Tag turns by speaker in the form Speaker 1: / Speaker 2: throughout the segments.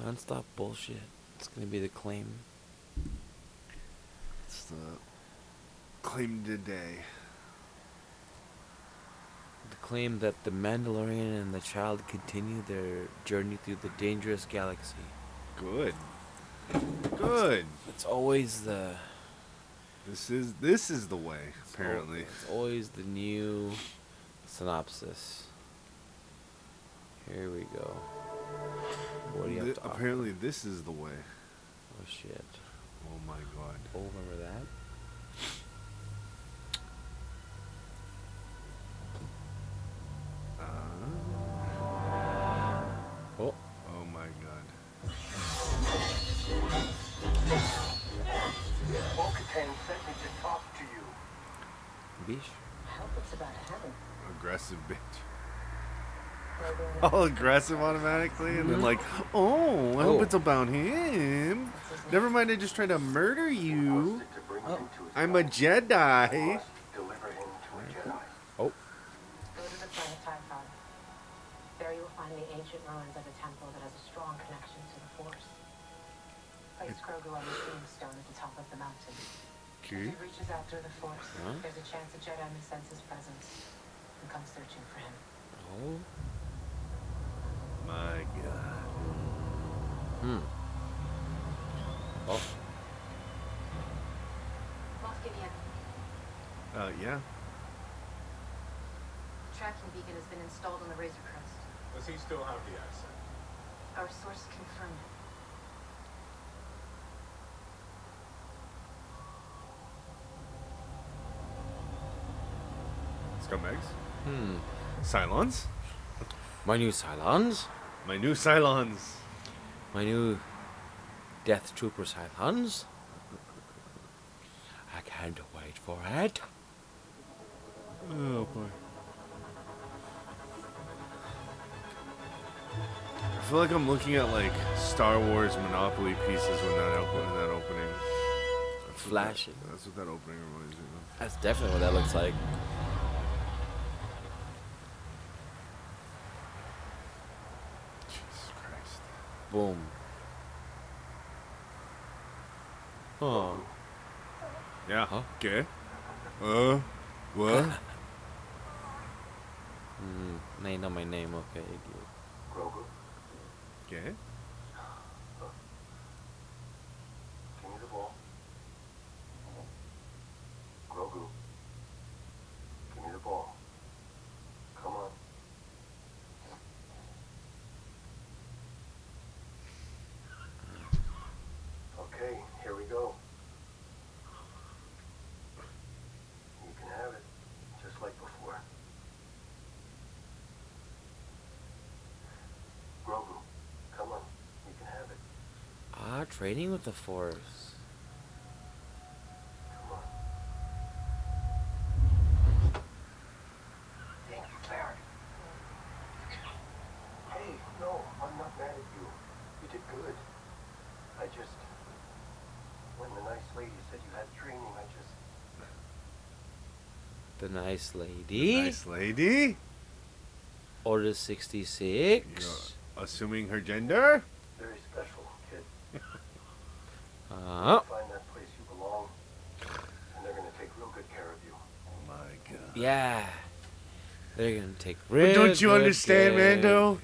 Speaker 1: Nonstop bullshit. It's gonna be the claim.
Speaker 2: It's the claim today.
Speaker 1: The claim that the Mandalorian and the child continue their journey through the dangerous galaxy.
Speaker 2: Good. Good.
Speaker 1: It's always the
Speaker 2: This is this is the way, apparently.
Speaker 1: It's always the new synopsis. Here we go. What do you have
Speaker 2: Th-
Speaker 1: to offer?
Speaker 2: apparently this is the way.
Speaker 1: Oh shit.
Speaker 2: Oh my god.
Speaker 1: Oh, remember that?
Speaker 2: Uh,
Speaker 1: Oh.
Speaker 2: oh my god.
Speaker 3: Bo-Katan sent me to talk to you.
Speaker 1: Bish.
Speaker 4: Help us about heaven.
Speaker 2: Aggressive bitch.
Speaker 4: Grogu
Speaker 2: All aggressive automatically and then like, "Oh,
Speaker 1: Oh.
Speaker 2: I hope it's about him." Never mind, I just tried to murder you.
Speaker 3: Requested to bring him to his
Speaker 2: I'm a Jedi.
Speaker 3: must deliver him to a Jedi.
Speaker 1: Oh.
Speaker 4: Go to the planet Typhon. There you will find the ancient ruins of a temple that has a strong connection to the Force. Place Grogu on the tombstone at the top of the mountain. If
Speaker 2: Okay.
Speaker 4: he reaches out through the Force,
Speaker 1: Huh?
Speaker 4: there's a chance a Jedi may sense his presence and come searching for him.
Speaker 1: Oh.
Speaker 2: My god.
Speaker 1: Hmm. Oh.
Speaker 5: Moskivian,
Speaker 2: Uh, yeah.
Speaker 5: tracking beacon has been installed on the Razor Crest.
Speaker 6: Does he still have the accent?
Speaker 5: Our source confirmed it.
Speaker 2: Scumbags.
Speaker 1: Hmm.
Speaker 2: Cylons.
Speaker 1: My new Cylons.
Speaker 2: My new Cylons.
Speaker 1: My new Death Trooper Cylons. I can't wait for it.
Speaker 2: Oh boy. I feel like I'm looking at like Star Wars Monopoly pieces when that open in that opening. That's what that-
Speaker 1: Flashing.
Speaker 2: that's what that opening reminds me of.
Speaker 1: That's definitely what that looks like.
Speaker 2: Jesus Christ.
Speaker 1: Boom. Oh.
Speaker 2: Yeah.
Speaker 1: Huh?
Speaker 2: Okay. Uh. What?
Speaker 1: Mm, they know my name, okay, idiot.
Speaker 3: Grogu,
Speaker 2: okay.
Speaker 3: give me the ball. Grogu, give me the ball. Come on. Okay, here we go. You can have it, just like before. Grogu, come on. You can have it.
Speaker 1: Ah, trading with the Force.
Speaker 3: Come on. Thank you, Barry. Hey, no, I'm not mad at you. You did good. I just... When the nice lady said you had training, I just...
Speaker 1: The nice lady.
Speaker 2: Nice lady.
Speaker 1: Order 66.
Speaker 2: You're assuming her gender.
Speaker 3: Very special, kid.
Speaker 1: Uh,
Speaker 3: Find that place you belong, and they're gonna take real good care of you.
Speaker 2: Oh my god.
Speaker 1: yeah. They're gonna take
Speaker 2: But
Speaker 1: real
Speaker 2: don't you
Speaker 1: good
Speaker 2: understand,
Speaker 1: care.
Speaker 2: Mando?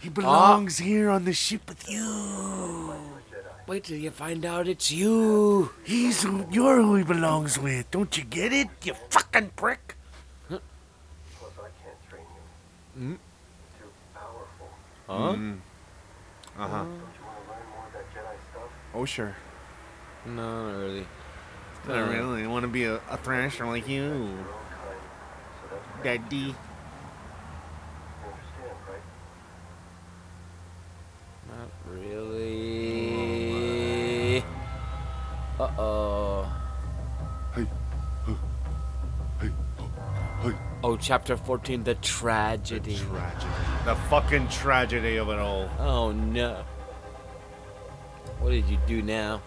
Speaker 2: He belongs here on the ship with you.
Speaker 3: I'm a Jedi.
Speaker 1: Wait till you find out it's you.
Speaker 2: He's who you're who he belongs with. Don't you get it, you fucking prick?
Speaker 3: Plus, I can't train you.
Speaker 1: Mm.
Speaker 3: Too powerful.
Speaker 1: Huh?
Speaker 2: Mm.
Speaker 1: Uh-huh.
Speaker 2: Uh huh.
Speaker 3: Don't you wanna learn more of that Jedi stuff?
Speaker 2: Oh sure.
Speaker 1: No, not really.
Speaker 2: I
Speaker 1: Uh,
Speaker 2: really want to be a, a thrasher like you,
Speaker 3: Your own kind. So that's great.
Speaker 2: Daddy.
Speaker 3: You understand, right?
Speaker 1: Not really. Uh oh.
Speaker 2: Hey. uh, Hey. Hey.
Speaker 1: Oh, chapter 14, the
Speaker 2: The
Speaker 1: tragedy.
Speaker 2: tragedy. The fucking tragedy of it all.
Speaker 1: Oh no. What did you do now?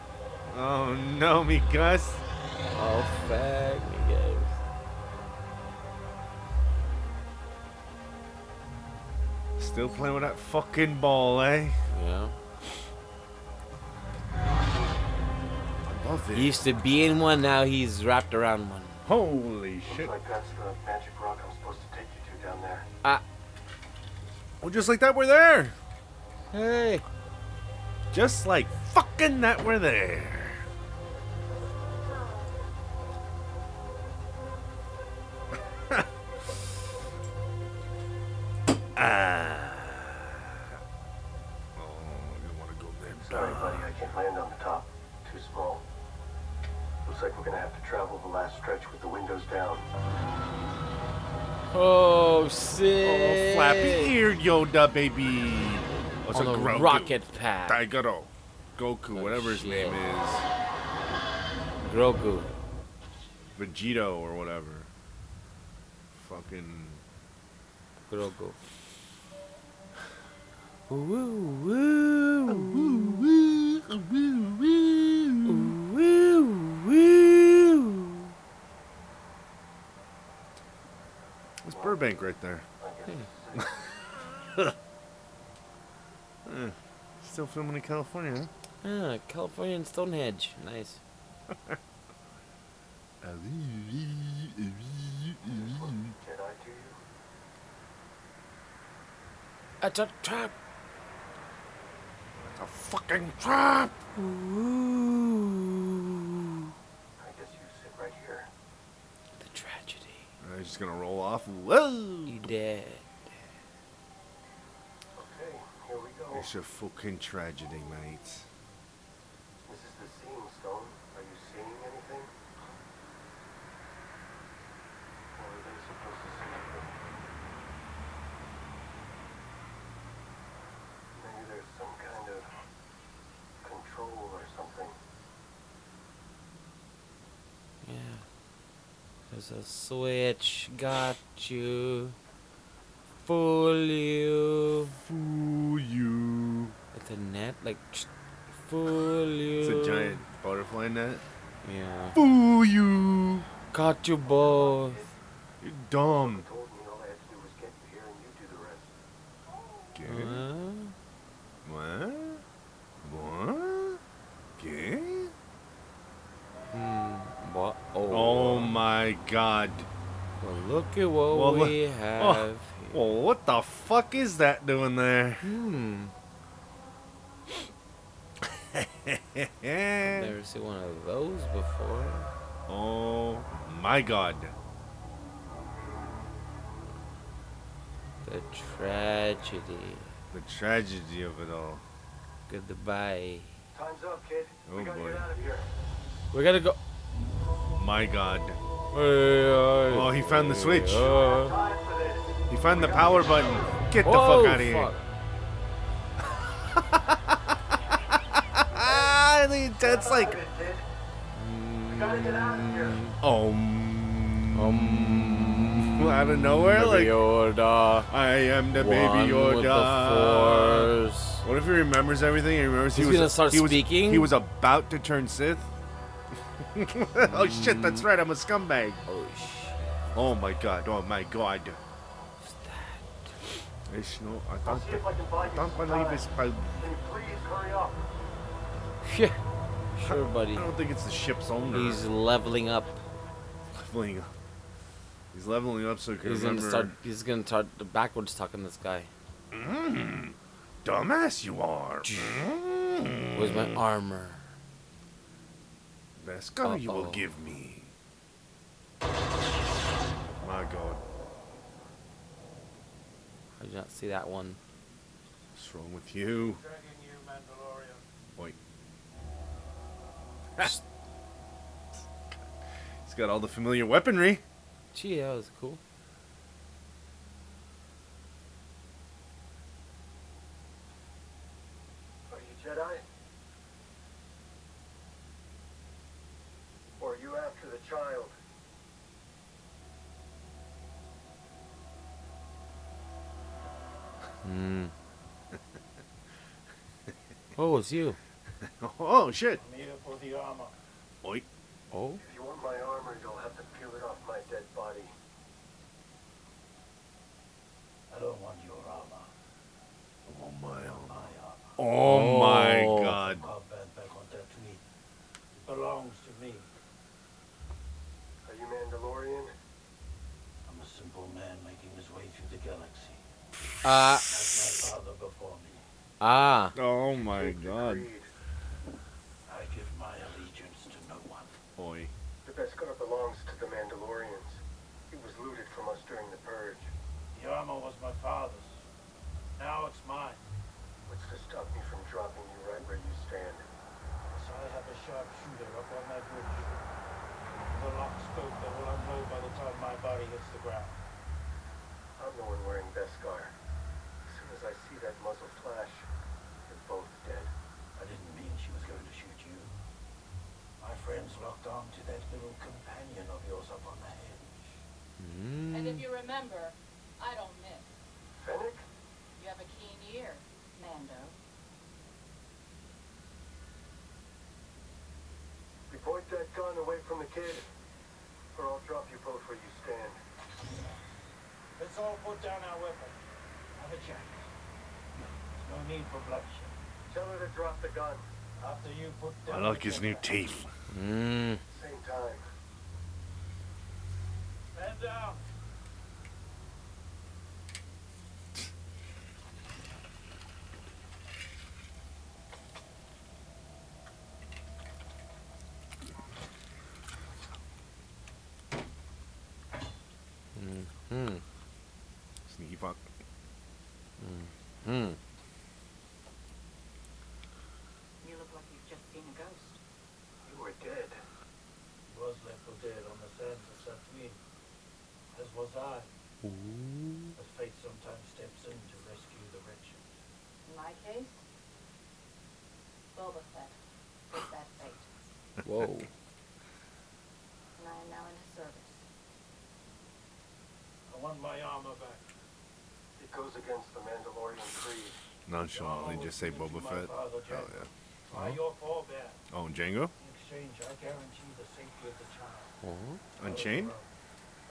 Speaker 2: Oh no, me Gus.
Speaker 1: Oh, fuck me, guys.
Speaker 2: Still playing with that fucking ball, eh?
Speaker 1: Yeah.
Speaker 2: Love it.
Speaker 1: He used to be in one, now he's wrapped around one.
Speaker 2: Holy
Speaker 3: Looks
Speaker 2: shit.
Speaker 3: like that's the magic rock I'm supposed to take you to down there.
Speaker 1: Ah,
Speaker 2: Well, just like that, we're there.
Speaker 1: Hey!
Speaker 2: Just like fucking that, we're there. ah. Oh, I don't want to go there.
Speaker 3: Sorry, buddy, I can't land on the top. Too small. Looks like we're gonna have to travel the last stretch with the windows down.
Speaker 1: Oh,
Speaker 2: Oh,
Speaker 1: sick!
Speaker 2: flappy eared Yoda, baby. What's
Speaker 1: On
Speaker 2: a
Speaker 1: a
Speaker 2: Grogu?
Speaker 1: rocket pack.
Speaker 2: Daigoro. Goku,
Speaker 1: Oh,
Speaker 2: whatever his
Speaker 1: shit.
Speaker 2: name is.
Speaker 1: Grogu.
Speaker 2: Vegito or whatever. Fucking.
Speaker 1: Grogu. Ooh, woo. Ooh, woo, woo.
Speaker 2: It's Burbank right there.
Speaker 3: I guess it's safe.
Speaker 2: Still filming in California, huh?
Speaker 1: Ah, California and Stonehenge. Nice.
Speaker 3: Can I do you?
Speaker 1: That's a trap.
Speaker 2: It's a fucking trap!
Speaker 1: Ooh.
Speaker 3: I guess you sit right here.
Speaker 1: The tragedy.
Speaker 2: He's just gonna roll off. Whoa!
Speaker 1: You dead.
Speaker 3: Okay, here we go.
Speaker 2: It's a fucking tragedy, mate.
Speaker 3: This is the seeing stone. Are you seeing anything? Or are they supposed to see anything? Maybe there's some kind of control or something.
Speaker 1: Yeah. There's a switch. Got you. Fool you.
Speaker 2: Fool you.
Speaker 1: It's a net. Like, fool you.
Speaker 2: It's a giant butterfly net.
Speaker 1: Yeah.
Speaker 2: Fool you!
Speaker 1: Got you
Speaker 2: Oh.
Speaker 1: both.
Speaker 2: You're dumb.
Speaker 3: Told me all I had to do was get you here and you
Speaker 2: Get
Speaker 3: do the rest.
Speaker 2: it?
Speaker 1: Huh?
Speaker 2: What? What? Get it?
Speaker 1: Hmm. What? Oh.
Speaker 2: Oh my god.
Speaker 1: Well, look at what
Speaker 2: Well, look-
Speaker 1: we
Speaker 2: Oh,
Speaker 1: have. here.
Speaker 2: well, what the fuck is that doing there?
Speaker 1: Hmm. I've never seen one of those before.
Speaker 2: oh my god.
Speaker 1: The tragedy.
Speaker 2: The tragedy of it all.
Speaker 1: Goodbye.
Speaker 3: Time's up, kid.
Speaker 2: Oh,
Speaker 3: we gotta
Speaker 2: boy.
Speaker 3: get out of here.
Speaker 1: We gotta go.
Speaker 2: My god.
Speaker 1: Oh,
Speaker 2: he found the switch.
Speaker 1: Oh,
Speaker 3: Time for this.
Speaker 2: He found the power button. Get the
Speaker 1: Whoa,
Speaker 2: fuck out of here.
Speaker 1: Oh, fuck.
Speaker 2: Ah, the intense like.
Speaker 3: Get it, kid. We gotta get out of here.
Speaker 2: Um.
Speaker 1: Um,
Speaker 2: Out of nowhere,
Speaker 1: Baby
Speaker 2: like.
Speaker 1: Yoda.
Speaker 2: I am the
Speaker 1: one
Speaker 2: baby
Speaker 1: With
Speaker 2: Yoda.
Speaker 1: the force.
Speaker 2: What if he remembers everything? He remembers
Speaker 1: He's
Speaker 2: he was
Speaker 1: gonna start
Speaker 2: he was,
Speaker 1: speaking?
Speaker 2: He was about to turn Sith. oh shit! That's right. I'm a scumbag.
Speaker 1: Oh, shit.
Speaker 2: Oh my god, oh my god.
Speaker 1: What's that?
Speaker 2: It's no, I
Speaker 3: I'll
Speaker 2: don't,
Speaker 3: see if I can buy you
Speaker 2: don't
Speaker 3: some
Speaker 2: believe
Speaker 3: time.
Speaker 2: it's. I,
Speaker 3: Then please hurry up.
Speaker 1: Yeah. Sure,
Speaker 2: I
Speaker 1: buddy.
Speaker 2: don't think it's the ship's owner.
Speaker 1: He's leveling up.
Speaker 2: leveling up. He's leveling up so he can
Speaker 1: He's gonna
Speaker 2: remember.
Speaker 1: start. He's gonna start backwards talking this guy.
Speaker 2: Mm, Dumbass, you are. Mm.
Speaker 1: Where's my armor?
Speaker 2: Best gun you will
Speaker 1: Uh-oh.
Speaker 2: give me. My god,
Speaker 1: I did not see that one.
Speaker 2: what's wrong with you?
Speaker 6: Dragging you, Mandalorian.
Speaker 2: Wait. He's got all the familiar weaponry.
Speaker 1: Gee, that was cool.
Speaker 3: Are you Jedi? Or are you after the child?
Speaker 1: Hmm. oh, it's you.
Speaker 2: Oh shit.
Speaker 6: Need it for the armor.
Speaker 2: Oi.
Speaker 1: Oh.
Speaker 3: If you want my armor, you'll have to peel it off my dead body.
Speaker 7: I don't want your armor. I want my armor.
Speaker 2: Oh my
Speaker 1: Oh.
Speaker 2: god.
Speaker 7: Combat back on Tatooine. It belongs
Speaker 1: Uh,
Speaker 7: as my father before me.
Speaker 1: ah.
Speaker 2: Oh my god.
Speaker 3: Creed.
Speaker 7: I give my allegiance to no one.
Speaker 2: Boy.
Speaker 3: The Beskar belongs to the Mandalorians. It was looted from us during the purge.
Speaker 6: The armor was my father's. Now it's mine.
Speaker 3: What's to stop me from dropping you right where you stand?
Speaker 6: So I have a sharpshooter up on that bridge. The lock scope that will unload by the time my body hits the ground.
Speaker 3: I'm the one wearing Beskar. As soon as I see that muzzle flash, you're both dead.
Speaker 7: I didn't mean she was going to shoot you. My friends locked on to that little companion of yours up on the hedge.
Speaker 8: And
Speaker 1: Mm.
Speaker 8: if you remember, I don't miss.
Speaker 3: Fennec?
Speaker 8: You have a keen ear, Mando.
Speaker 3: You point that gun away from the kid, or I'll drop you both where you stand.
Speaker 6: Let's all put down our weapons. Have a chat. There's no need for bloodshed.
Speaker 3: Tell her to drop the gun.
Speaker 6: After you put
Speaker 2: I
Speaker 6: down.
Speaker 2: like
Speaker 6: the
Speaker 2: his new
Speaker 6: weapon.
Speaker 2: teeth.
Speaker 1: Mm.
Speaker 3: Same time.
Speaker 6: Man down.
Speaker 1: Hmm.
Speaker 2: Sneaky fuck.
Speaker 1: Hmm.
Speaker 5: You look like you've just seen a ghost.
Speaker 3: You were dead.
Speaker 6: He was left for dead on the sands of Satwin, as was I. But fate sometimes steps in to rescue the wretched.
Speaker 5: In my case, Boba Fett was that fate,
Speaker 1: Whoa.
Speaker 5: and I am now in his service.
Speaker 6: I want my armor back.
Speaker 3: It goes against the Mandalorian creed.
Speaker 2: Nonchalantly just say Boba Fett. Oh yeah.
Speaker 6: By your forebear,
Speaker 2: Oh, and Django?
Speaker 6: in exchange, I guarantee the safety of the child.
Speaker 1: Oh.
Speaker 2: Unchained?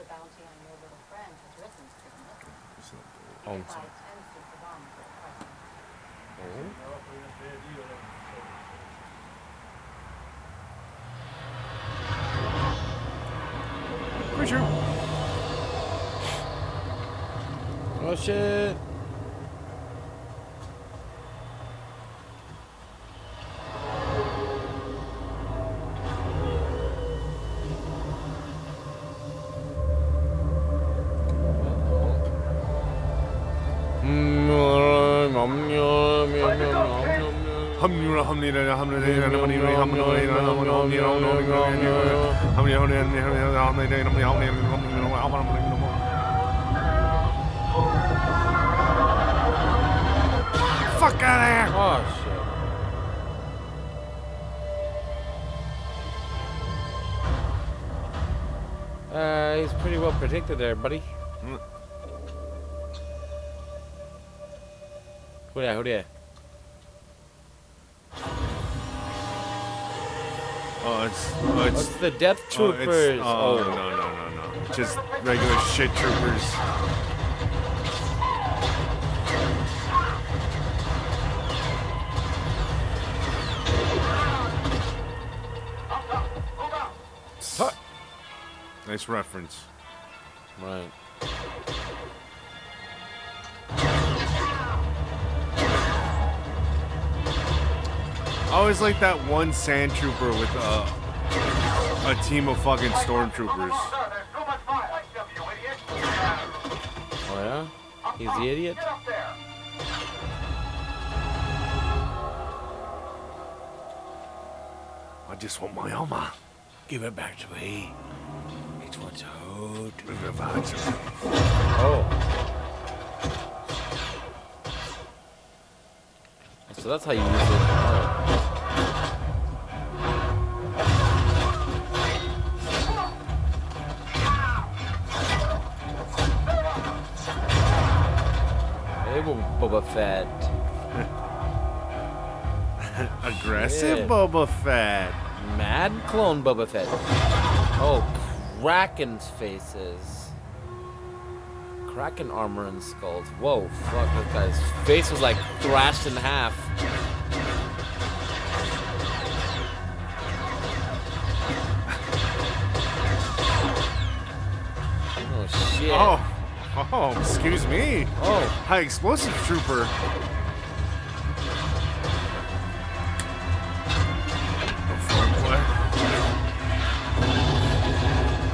Speaker 5: The bounty on your little friend has risen to the millions.
Speaker 2: It's not Boba.
Speaker 5: You can
Speaker 1: Bounty.
Speaker 5: buy ten suits of armor for the price of
Speaker 1: Oh.
Speaker 5: one.
Speaker 6: They're offering a fair deal on the service.
Speaker 2: Pretty sure.
Speaker 1: Oh shit.
Speaker 2: Hamnura, hamnira, hamnira, hamnira, hamnira, hamnira, hamnira, hamnira, hamnira, hamnira, hamnira. Fuck out of here!
Speaker 1: Oh shit. Uh, he's pretty well protected there, buddy.
Speaker 2: Mm.
Speaker 1: Who there? Who there?
Speaker 2: Oh, it's, oh,
Speaker 1: Oh,
Speaker 2: it's
Speaker 1: it's the Death
Speaker 2: Oh, it's-
Speaker 1: Troopers.
Speaker 2: Oh, no, no, no, no. Just regular shit troopers.
Speaker 1: Huh.
Speaker 2: Nice reference.
Speaker 1: Right.
Speaker 2: I always like that one sand trooper with a, a team of fucking stormtroopers.
Speaker 1: Oh yeah? He's the idiot?
Speaker 2: I just want my armor.
Speaker 1: Give it back to me. It wants hold. Oh. So that's how you use it. Oh. Oh. Hey, Bo- Boba Fett.
Speaker 2: Aggressive
Speaker 1: Yeah.
Speaker 2: Boba Fett.
Speaker 1: Mad clone Boba Fett. Oh, Kraken's faces. Kraken armor and skulls. Whoa, fuck, that guy's face was like thrashed in half. Oh shit.
Speaker 2: Oh, Oh, excuse me.
Speaker 1: Oh.
Speaker 2: High explosive trooper.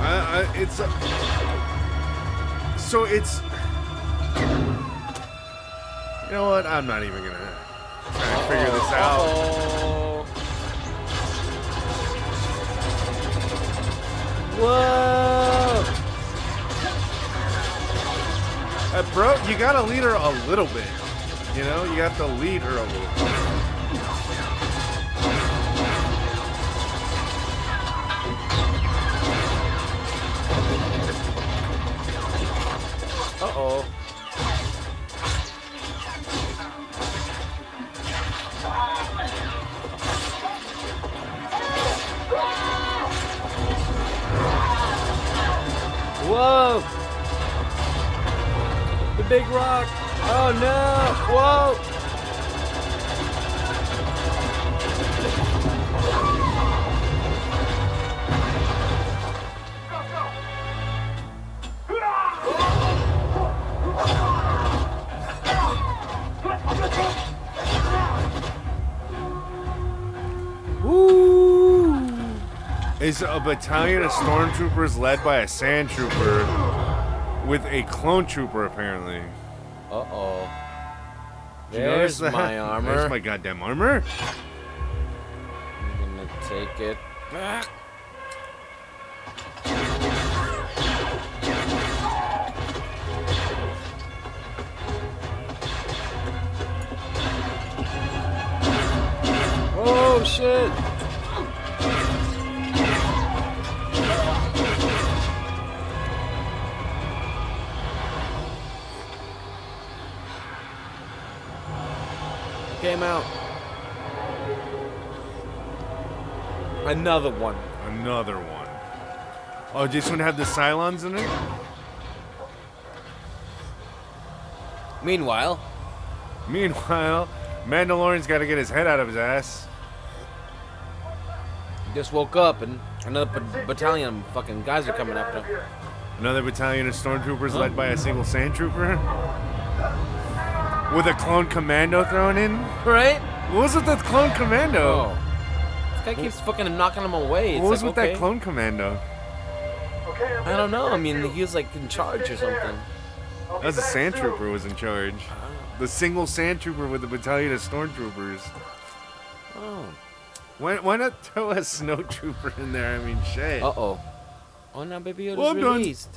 Speaker 2: I, I, it's uh, so it's. You know what? I'm not even gonna try and figure this out.
Speaker 1: Oh. Whoa!
Speaker 2: Uh, bro, you gotta lead her a little bit. You know, you have to lead her a little bit.
Speaker 1: Uh oh. Whoa! The big rock! Oh no! Whoa! Woo!
Speaker 2: Is a battalion of stormtroopers led by a sand trooper with a clone trooper, apparently.
Speaker 1: Uh oh.
Speaker 2: Did you notice
Speaker 1: There's
Speaker 2: that?
Speaker 1: my armor.
Speaker 2: There's my goddamn armor.
Speaker 1: I'm gonna take it back. Oh shit! Came out. Another one.
Speaker 2: Another one. Oh, this one had the Cylons in it?
Speaker 1: Meanwhile,
Speaker 2: Meanwhile, Mandalorian's got to get his head out of his ass.
Speaker 1: just woke up and another b- battalion of fucking guys are coming after him.
Speaker 2: Another battalion of stormtroopers led by a single sand trooper. With a clone commando thrown in?
Speaker 1: Right?
Speaker 2: What was with that clone commando?
Speaker 1: Oh. This guy keeps fucking knocking him away. Oh, It's
Speaker 2: what was
Speaker 1: like,
Speaker 2: with
Speaker 1: okay.
Speaker 2: that clone commando?
Speaker 3: Okay, I'm
Speaker 1: I don't know. I mean, he was like in charge or something.
Speaker 2: That's a sand trooper was in charge. The single sand trooper with a battalion of stormtroopers.
Speaker 1: Oh.
Speaker 2: Why, why not throw a snow trooper in there? I mean, shit.
Speaker 1: Uh oh. Oh, now baby Yoda's
Speaker 2: Well, I'm done.
Speaker 1: released.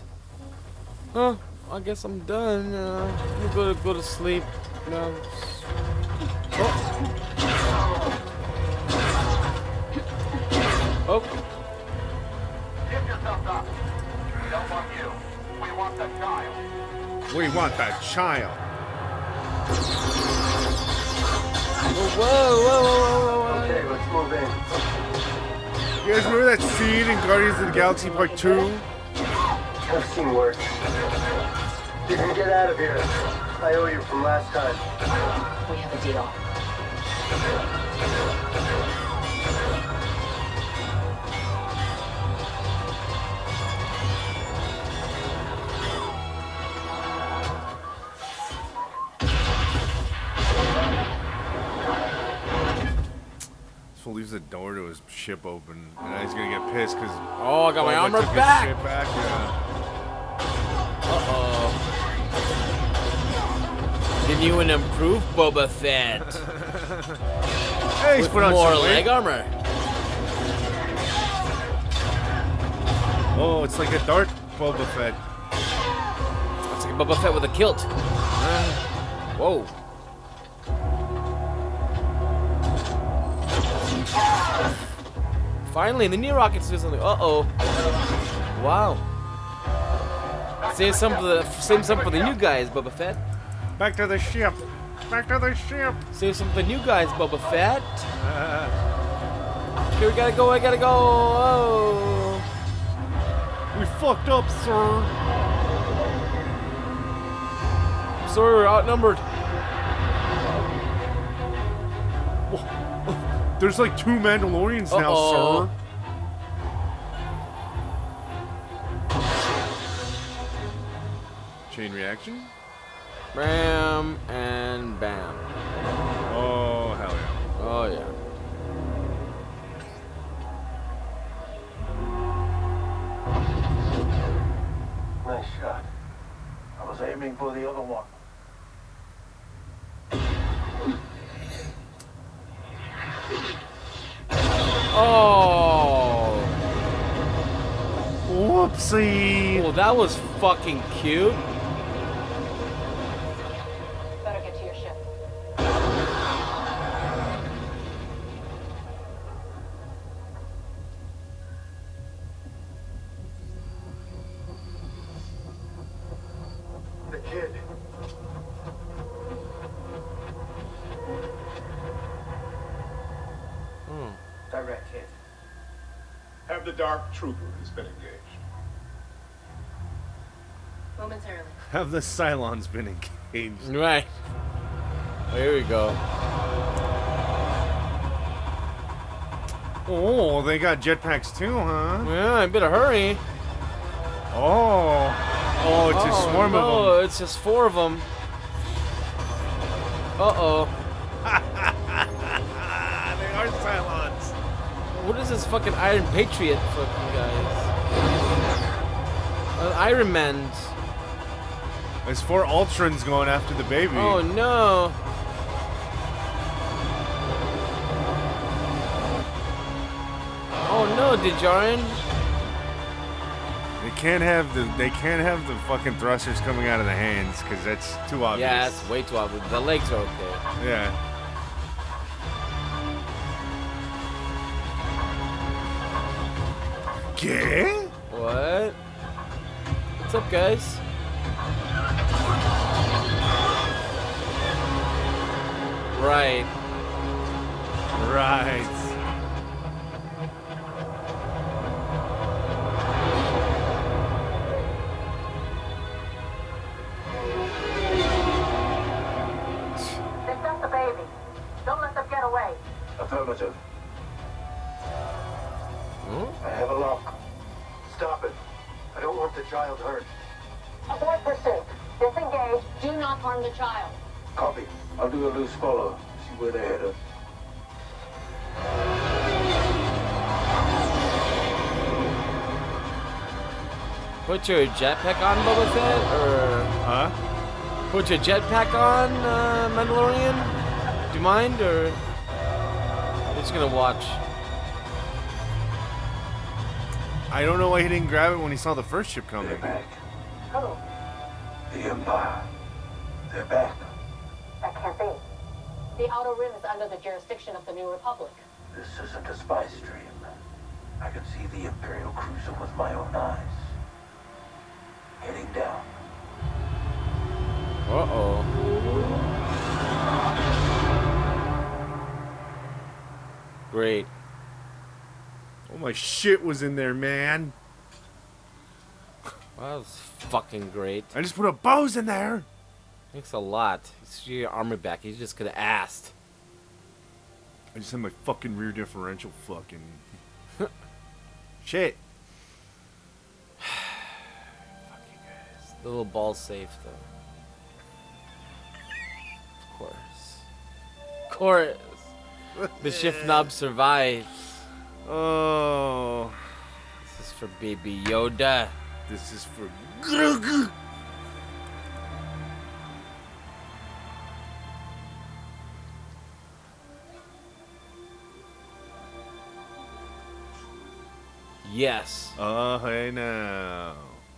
Speaker 1: Huh? I guess I'm done. Uh, I'm gonna go to sleep. No. Oh. oh.
Speaker 3: Give yourself up. Don't want you. We want the child.
Speaker 2: We want that child.
Speaker 1: Whoa, whoa, whoa, whoa, whoa, whoa.
Speaker 3: Okay, let's move in.
Speaker 2: You guys remember that scene in Guardians of the Galaxy Part 2?
Speaker 3: I've seen worse. You can get out of here. I owe you from last time.
Speaker 4: We have a deal.
Speaker 2: This fool leaves the door to his ship open. And now he's gonna get pissed because.
Speaker 1: Oh, I got my armor back.
Speaker 2: Ship back yeah.
Speaker 1: Uh-oh. The new and improved Boba Fett.
Speaker 2: Hey, he's
Speaker 1: with
Speaker 2: put on
Speaker 1: more
Speaker 2: some weight.
Speaker 1: leg armor.
Speaker 2: Oh, it's like a dark Boba Fett.
Speaker 1: It's like Boba Fett with a kilt. Uh, Whoa. Finally, the knee rockets do something. Uh-oh. Wow. Save some for the save some for the new guys, Boba Fett.
Speaker 2: Back to the ship. Back to the ship.
Speaker 1: Save some for the new guys, Boba Fett. Here we gotta go. I gotta go. Oh.
Speaker 2: we fucked up, sir.
Speaker 1: Sorry, we're outnumbered.
Speaker 2: There's like two Mandalorians
Speaker 1: Uh-oh.
Speaker 2: now, sir. Chain reaction?
Speaker 1: Bam and bam.
Speaker 2: Oh, hell yeah.
Speaker 1: Oh yeah.
Speaker 7: Nice shot. I was aiming for the other one.
Speaker 1: Oh.
Speaker 2: Whoopsie.
Speaker 1: Well, that was fucking cute.
Speaker 4: Better get to your ship.
Speaker 3: The kid.
Speaker 7: Direct hit.
Speaker 9: Have the dark trooper has been engaged.
Speaker 5: Momentarily.
Speaker 2: Have the Cylons been engaged?
Speaker 1: Right. Here we go.
Speaker 2: Oh, they got jetpacks too, huh?
Speaker 1: Yeah, I better hurry.
Speaker 2: Oh. Oh, it's a swarm
Speaker 1: no,
Speaker 2: of them.
Speaker 1: it's just four of them. Uh oh.
Speaker 2: Ah, they are Cylons.
Speaker 1: What is this fucking Iron Patriot fucking guys? An Iron Man.
Speaker 2: There's four Ultrons going after the baby.
Speaker 1: Oh no. Oh no, Dejarian.
Speaker 2: They can't have the they can't have the fucking thrusters coming out of the hands because that's too obvious.
Speaker 1: Yeah, it's way too obvious. The legs are okay.
Speaker 2: Yeah. Okay.
Speaker 1: What? What's up, guys? Right.
Speaker 2: Right.
Speaker 4: They've got the baby. Don't let them get away.
Speaker 7: Affirmative.
Speaker 1: Hmm?
Speaker 7: I have a lock.
Speaker 3: Stop it. I don't want the child hurt.
Speaker 4: Abort pursuit. Disengage.
Speaker 5: Do not harm the child.
Speaker 7: Copy. I'll do a loose follow. See where they're headed.
Speaker 1: Put your jetpack on, Boba Fett,
Speaker 2: Huh?
Speaker 1: or put your jetpack on, uh, Mandalorian. Do you mind, or we're just gonna watch?
Speaker 2: I don't know why he didn't grab it when he saw the first ship coming.
Speaker 7: They're back.
Speaker 4: Who?
Speaker 7: The Empire. They're back.
Speaker 4: That can't be.
Speaker 5: The Outer Rim is under the jurisdiction of the New Republic.
Speaker 7: This isn't a spy stream. I can see the Imperial cruiser with my own eyes. Heading down.
Speaker 1: Uh oh. Great.
Speaker 2: Oh my shit was in there, man.
Speaker 1: That was fucking great.
Speaker 2: I just put a Bose in there.
Speaker 1: Thanks a lot. It's your armor back. You just could have asked.
Speaker 2: I just had my fucking rear differential fucking shit.
Speaker 1: The little ball's safe though. Of course. Of course. The shift knob survives.
Speaker 2: Oh,
Speaker 1: This is for Baby Yoda.
Speaker 2: this is for
Speaker 1: Yes.
Speaker 2: Oh, hey now.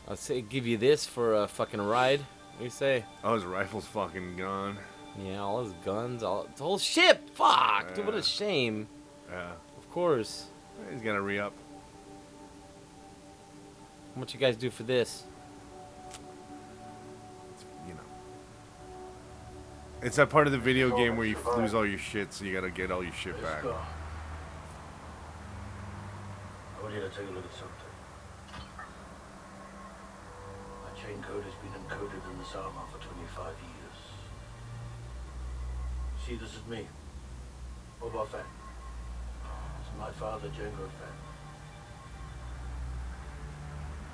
Speaker 1: I'll say give you this for a fucking ride. What do you say?
Speaker 2: Oh, his rifle's fucking gone.
Speaker 1: Yeah, all his guns, all the whole ship. Fuck, dude, what
Speaker 2: Yeah.
Speaker 1: a shame.
Speaker 2: Yeah.
Speaker 1: Of course.
Speaker 2: He's gotta re up.
Speaker 1: How much you guys do for this?
Speaker 2: You know. It's that part of the video game where you lose all your shit, so you gotta get all your shit back.
Speaker 6: Let's go. I want you to take a look at something. My chain code has been encoded in this armor for 25 years. See, this is me. Boba Fett. This is my father, Jango Fett.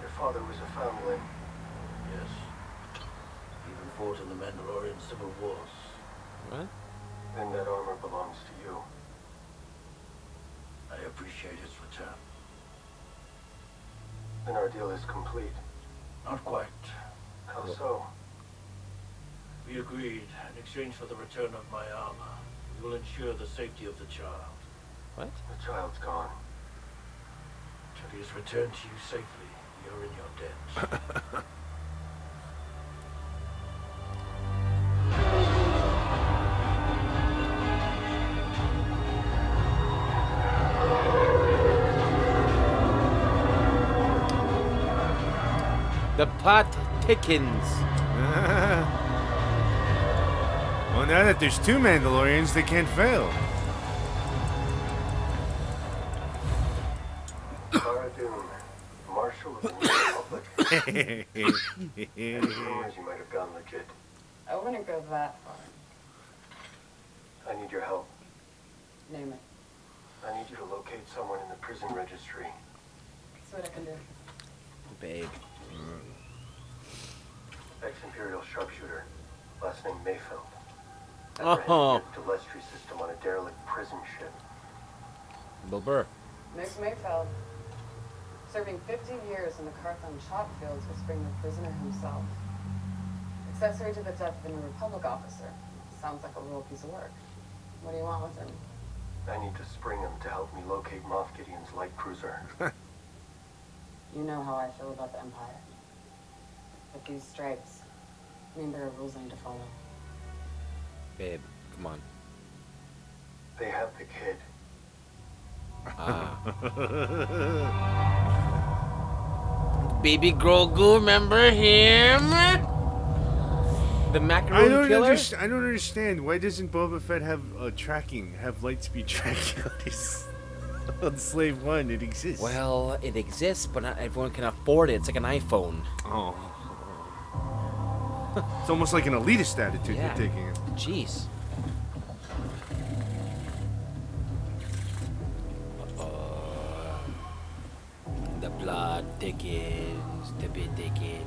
Speaker 3: Your father was a foundling.
Speaker 6: Yes.
Speaker 7: fought in the Mandalorian Civil Wars.
Speaker 1: What?
Speaker 3: Then that armor belongs to you.
Speaker 7: I appreciate its return.
Speaker 3: Then our deal is complete.
Speaker 7: Not quite.
Speaker 3: How so?
Speaker 7: We agreed, in exchange for the return of my armor, we will ensure the safety of the child.
Speaker 1: What?
Speaker 3: The child's gone.
Speaker 7: Till he is returned to you safely, you're in your debt.
Speaker 1: The pot thickens.
Speaker 2: well, now that there's two Mandalorians, they can't fail.
Speaker 3: Cara Dune, Marshal of the Republic. Any rumors you might have gone legit.
Speaker 5: I wouldn't go that far.
Speaker 3: I need your help.
Speaker 5: Name it.
Speaker 3: I need you to locate someone in the prison registry.
Speaker 5: See what I can do.
Speaker 1: Babe.
Speaker 3: Ex-Imperial sharpshooter. Last name Mayfeld.
Speaker 1: Oh,
Speaker 3: Apprehended at Delestri system on a derelict prison ship.
Speaker 1: Bill Burr.
Speaker 5: Nick Mayfeld, serving 50 years in the Carthon chop fields, was being the prisoner himself. Accessory to the death of a new Republic officer. Sounds like a real piece of work. What do you want with him?
Speaker 3: I need to spring him to help me locate Moff Gideon's light cruiser.
Speaker 5: You know how I feel about the Empire. But these stripes mean there are rules I need to follow.
Speaker 1: Babe, come on.
Speaker 3: They have the kid.
Speaker 1: Ah. Baby Grogu, remember him? The
Speaker 2: I
Speaker 1: macaroon
Speaker 2: don't,
Speaker 1: killer?
Speaker 2: underst- I don't understand. Why doesn't Boba Fett have uh, tracking, have light speed tracking on his- on Slave 1? It exists.
Speaker 1: Well, it exists, but not everyone can afford it. It's like an iPhone.
Speaker 2: Oh. it's almost like an elitist attitude
Speaker 1: Yeah.
Speaker 2: they're taking.
Speaker 1: Jeez. Uh, the blood thickens, the bit thickens.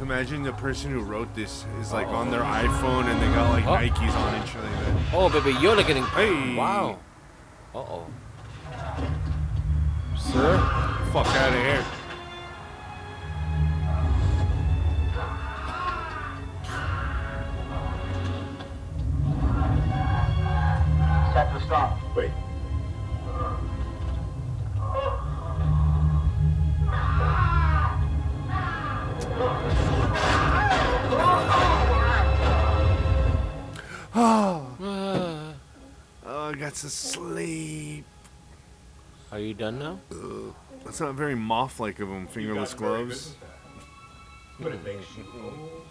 Speaker 2: Imagine the person who wrote this is like on their iPhone and they got like
Speaker 1: Oh.
Speaker 2: Nikes on and shit like that.
Speaker 1: Oh, baby Yoda getting.
Speaker 2: Hey.
Speaker 1: Wow. Uh oh. Sir?
Speaker 2: Fuck out of here.
Speaker 7: Set the stop.
Speaker 9: Wait.
Speaker 2: Oh, I got to sleep.
Speaker 1: Are you done now?
Speaker 2: That's not very moth like of him,
Speaker 9: You
Speaker 2: fingerless
Speaker 9: got very good
Speaker 2: gloves.
Speaker 9: at that. But it makes you oh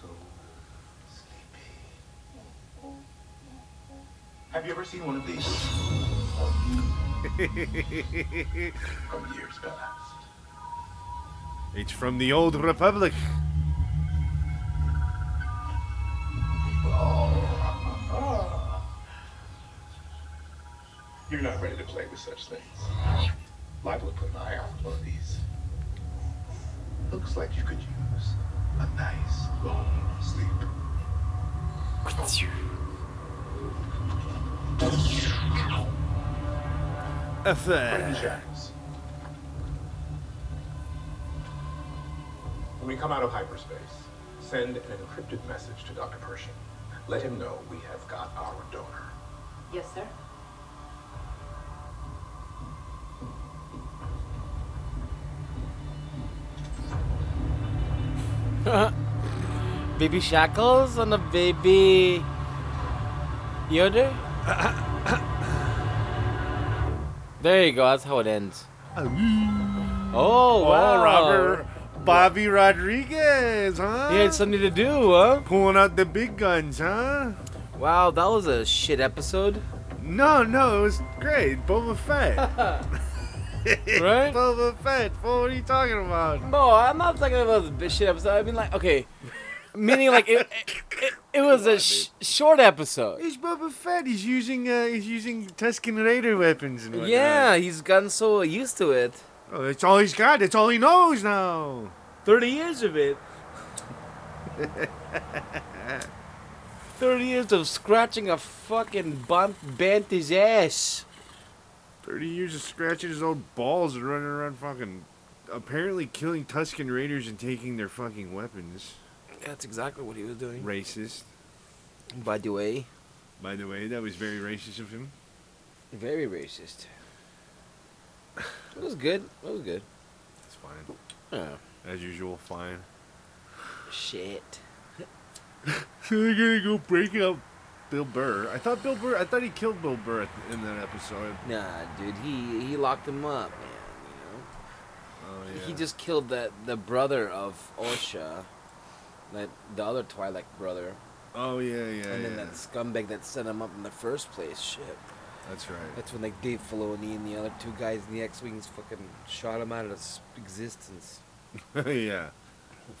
Speaker 9: so sleepy. Have you ever seen one of these? From years past.
Speaker 2: It's from the old republic.
Speaker 9: You're not ready to play with such things. Liable to put an eye on one of these. Looks like you could use a nice long sleep. Brain
Speaker 2: Affair.
Speaker 9: shatters. When we come out of hyperspace, send an encrypted message to Dr. Pershing. Let him know we have got our donor.
Speaker 4: Yes, sir.
Speaker 1: Baby shackles on a baby. Yoda? there you go, that's how it ends. Oh, wow.
Speaker 2: Oh, Robert. Bobby Rodriguez, huh?
Speaker 1: He had something to do, huh?
Speaker 2: Pulling out the big guns, huh?
Speaker 1: Wow, that was a shit episode.
Speaker 2: No, no, it was great. Boba Fett.
Speaker 1: Right?
Speaker 2: Boba Fett. What are you talking about?
Speaker 1: No, I'm not talking about the shit episode. I mean, like, okay. Meaning, like, it, it, it, it was a sh- short episode.
Speaker 2: He's Boba Fett. He's using uh, he's using Tusken Raider weapons and whatnot.
Speaker 1: Yeah, he's gotten so used to it.
Speaker 2: Oh, that's all he's got. That's all he knows now.
Speaker 1: 30 years of it. Thirty years of scratching a fucking bump bent his ass.
Speaker 2: 30 years of scratching his own balls and running around fucking. Apparently killing Tuscan Raiders and taking their fucking weapons.
Speaker 1: That's exactly what he was doing.
Speaker 2: Racist.
Speaker 1: By the way,
Speaker 2: By the way, that was very racist of him.
Speaker 1: very racist. It was good. It was good.
Speaker 2: That's fine.
Speaker 1: Oh,
Speaker 2: As usual, fine.
Speaker 1: shit.
Speaker 2: So they're gonna go break up Bill Burr. I thought Bill Burr. I thought he killed Bill Burr at in that episode.
Speaker 1: Nah, dude, he he locked him up, man.
Speaker 2: Oh
Speaker 1: You know,
Speaker 2: yeah.
Speaker 1: he just killed that the brother of Osha, that the other Twilight brother,
Speaker 2: Oh yeah, yeah,
Speaker 1: and
Speaker 2: yeah.
Speaker 1: then that scumbag that set him up in the first place. Shit,
Speaker 2: That's right.
Speaker 1: that's when like Dave Filoni and the other two guys in the X-wings fucking shot him out of his existence.
Speaker 2: yeah.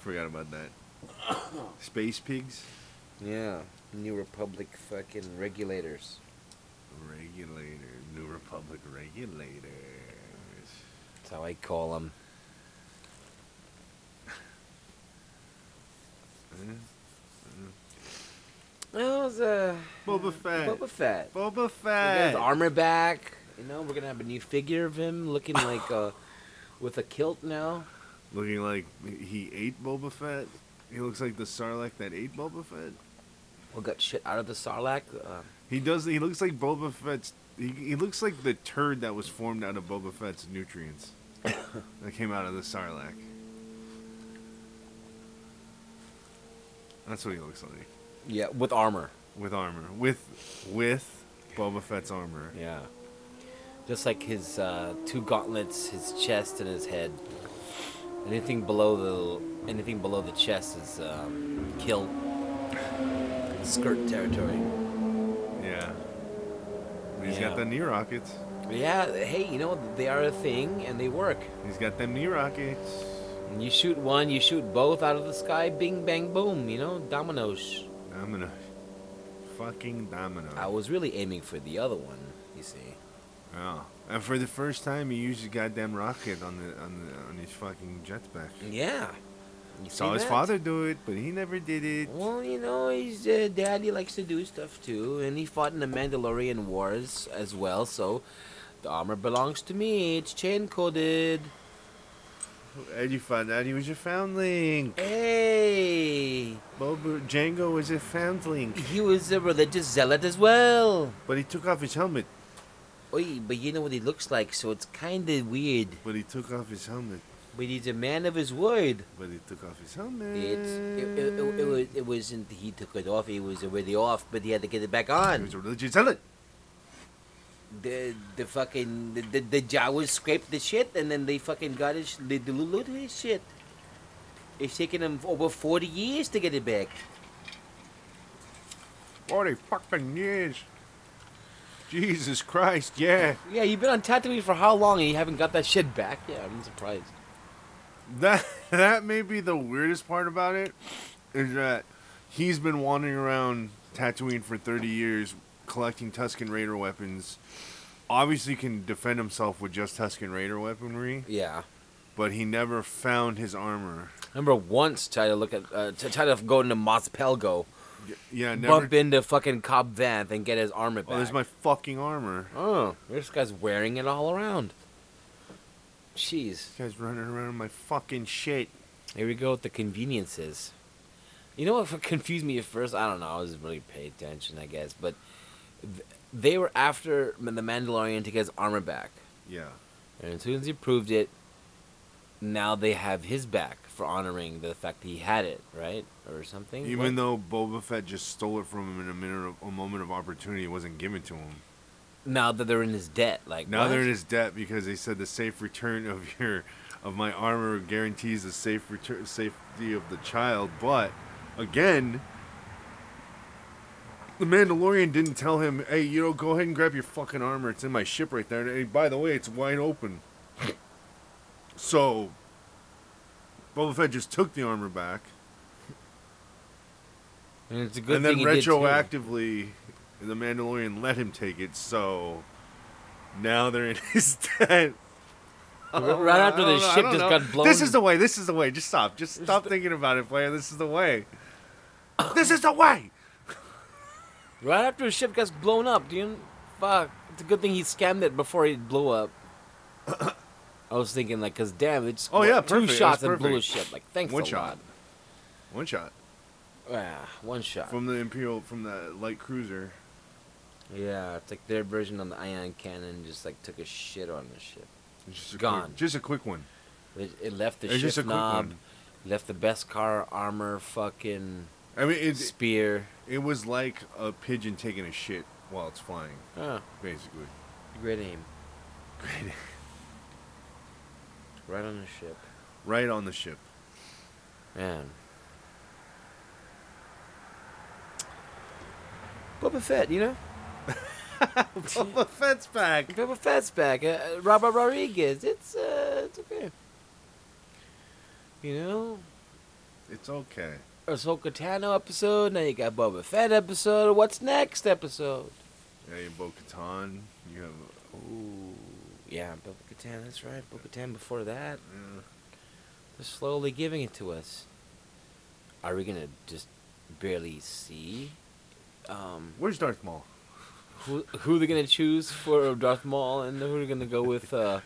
Speaker 2: Forgot about that. Space pigs.
Speaker 1: Yeah, New Republic fucking regulators.
Speaker 2: Regulator. New Republic regulators.
Speaker 1: That's how I call them. Mm-hmm. That was uh,
Speaker 2: Boba Fett.
Speaker 1: Boba Fett.
Speaker 2: Boba
Speaker 1: We're gonna have
Speaker 2: Fett.
Speaker 1: the armor back. You know, we're gonna have a new figure of him looking like uh, with a kilt now.
Speaker 2: Looking like he ate Boba Fett. He looks like the Sarlacc that ate Boba Fett.
Speaker 1: We got shit out of the Sarlacc. Uh,
Speaker 2: He does. He looks like Boba Fett's. He, he looks like the turd that was formed out of Boba Fett's nutrients that came out of the Sarlacc. That's what he looks like
Speaker 1: yeah, with armor.
Speaker 2: with armor, with with Boba Fett's armor.
Speaker 1: Yeah. Just like his uh, two gauntlets, his chest, and his head. Anything below the anything below the chest is um, kill. Skirt territory.
Speaker 2: Yeah. He's
Speaker 1: Yeah.
Speaker 2: got the knee rockets.
Speaker 1: Yeah. Hey, you know they are a thing and they work.
Speaker 2: He's got them knee rockets.
Speaker 1: And you shoot one, you shoot both out of the sky. Bing, bang, boom. You know, dominoes.
Speaker 2: Domino. Fucking domino.
Speaker 1: I was really aiming for the other one, you see.
Speaker 2: Oh. And for the first time, he used his goddamn rocket on the on the on his fucking jetpack.
Speaker 1: Yeah. You
Speaker 2: Saw
Speaker 1: see
Speaker 2: his
Speaker 1: that?
Speaker 2: father do it, but he never did it.
Speaker 1: Well, you know, his uh, daddy likes to do stuff too, and he fought in the Mandalorian Wars as well, so the armor belongs to me. It's chain coded.
Speaker 2: And you found out he was a foundling.
Speaker 1: Hey!
Speaker 2: Boba Django was a foundling,
Speaker 1: He was a religious zealot as well.
Speaker 2: but he took off his helmet.
Speaker 1: Oi, but you know what he looks like, so it's kinda weird.
Speaker 2: But he took off his helmet.
Speaker 1: But he's a man of his word.
Speaker 2: But he took off his helmet.
Speaker 1: It's, it, it, it, it, was, it wasn't he took it off, he was already off, but he had to get it back on.
Speaker 2: He was a religious zealot.
Speaker 1: the the fucking the the, the Jawas scraped the shit and then they fucking got his they diluted his shit. It's taken them over forty years to get it back.
Speaker 2: Forty fucking years. Jesus Christ, yeah.
Speaker 1: Yeah, you've been on Tatooine for how long and you haven't got that shit back? Yeah, I'm surprised.
Speaker 2: That that may be the weirdest part about it, is that he's been wandering around Tatooine for thirty years, collecting Tusken Raider weapons. Obviously, can defend himself with just Tusken Raider weaponry,
Speaker 1: Yeah,
Speaker 2: but he never found his armor.
Speaker 1: remember once try to look at uh, to try to go into Mos Pelgo,
Speaker 2: Yeah, never.
Speaker 1: bump into fucking Cobb Vanth and get his armor back.
Speaker 2: Oh, there's my fucking armor.
Speaker 1: oh, this guy's wearing it all around. Jeez.
Speaker 2: This guy's running around in my fucking shit.
Speaker 1: Here we go with the conveniences. You know what confused me at first? I don't know. I wasn't really paying attention, I guess. But th- they were after the Mandalorian to get his armor back.
Speaker 2: Yeah,
Speaker 1: And as soon as he proved it, now they have his back for honoring the fact that he had it, right? Or something?
Speaker 2: even
Speaker 1: What?
Speaker 2: though Boba Fett just stole it from him in a minute, of, a moment of opportunity, it wasn't given to him.
Speaker 1: Now that they're in his debt. like
Speaker 2: Now they're
Speaker 1: what?
Speaker 2: in his debt because they said the safe return of your, of my armor guarantees the safe return safety of the child. But again, the Mandalorian didn't tell him, "Hey, you know, go ahead and grab your fucking armor. It's in my ship right there. And hey, by the way, it's wide open." so, Boba Fett just took the armor back,
Speaker 1: And it's a good
Speaker 2: and then
Speaker 1: thing he did, too.
Speaker 2: retroactively, the Mandalorian let him take it. So. Now they're in his debt.
Speaker 1: right after
Speaker 2: I
Speaker 1: the
Speaker 2: don't know, I
Speaker 1: ship
Speaker 2: don't
Speaker 1: just
Speaker 2: know.
Speaker 1: got blown.
Speaker 2: This is the way. This is the way. Just stop. Just stop thinking about it, player. This is the way. This is the way.
Speaker 1: Right after his ship gets blown up, dude. Fuck. It's a good thing he scammed it before it blew up. I was thinking, like, because damn, it's
Speaker 2: Oh, yeah,
Speaker 1: two
Speaker 2: perfect. That's
Speaker 1: shots and blew his
Speaker 2: perfect.
Speaker 1: ship. Like, thanks
Speaker 2: One
Speaker 1: a
Speaker 2: shot. One shot
Speaker 1: lot. Yeah, one shot.
Speaker 2: from the Imperial, from the light cruiser.
Speaker 1: yeah, it's like their version on the ion cannon just, like, took a shit on the ship.
Speaker 2: It's just a
Speaker 1: Gone.
Speaker 2: Quick, just a quick one.
Speaker 1: It, it left the
Speaker 2: It's just a
Speaker 1: ship
Speaker 2: quick
Speaker 1: knob,
Speaker 2: one.
Speaker 1: left the best car, armor, fucking
Speaker 2: I mean, it
Speaker 1: spear.
Speaker 2: it was like a pigeon taking a shit while it's flying,
Speaker 1: Ah,
Speaker 2: basically.
Speaker 1: great aim. Right on the ship.
Speaker 2: right on the ship.
Speaker 1: Man. Boba Fett, you know?
Speaker 2: Boba Fett's back.
Speaker 1: Boba Fett's back. Uh, uh, Robert Rodriguez. It's, uh, it's okay. You know?
Speaker 2: It's okay.
Speaker 1: Ahsoka Tano episode. Now you got Boba Fett episode. What's next episode?
Speaker 2: Yeah, you have Bo Katan. You have.
Speaker 1: Ooh. Yeah, Boba Katan. That's right. Boba Katan before that.
Speaker 2: Uh,
Speaker 1: They're slowly giving it to us. Are we gonna just barely see? Um,
Speaker 2: where's Darth Maul?
Speaker 1: who who they're gonna choose for Darth Maul and who they're gonna go with uh,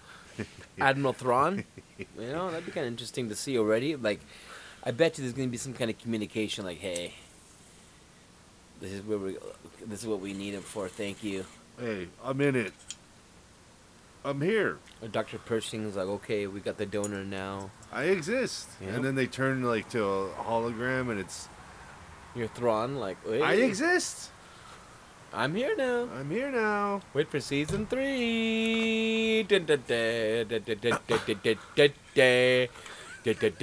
Speaker 1: Admiral Thrawn? You know, that'd be kind of interesting to see already. Like, I bet you there's gonna be some kind of communication. Like, hey, this is where we this is what we need him for. Thank you.
Speaker 2: Hey, I'm in it. I'm here.
Speaker 1: Or Doctor Pershing's like, okay, we got the donor now.
Speaker 2: I exist.
Speaker 1: Yep.
Speaker 2: And then they turn like to a hologram, and it's
Speaker 1: You're Thrawn. Like,
Speaker 2: I
Speaker 1: "Hey,
Speaker 2: exist.
Speaker 1: I'm here now.
Speaker 2: I'm here now.
Speaker 1: Wait for season three. Dun, dun, dun, dun, dun, dun, dun, dun, dun, dun, dun. Dun, dun,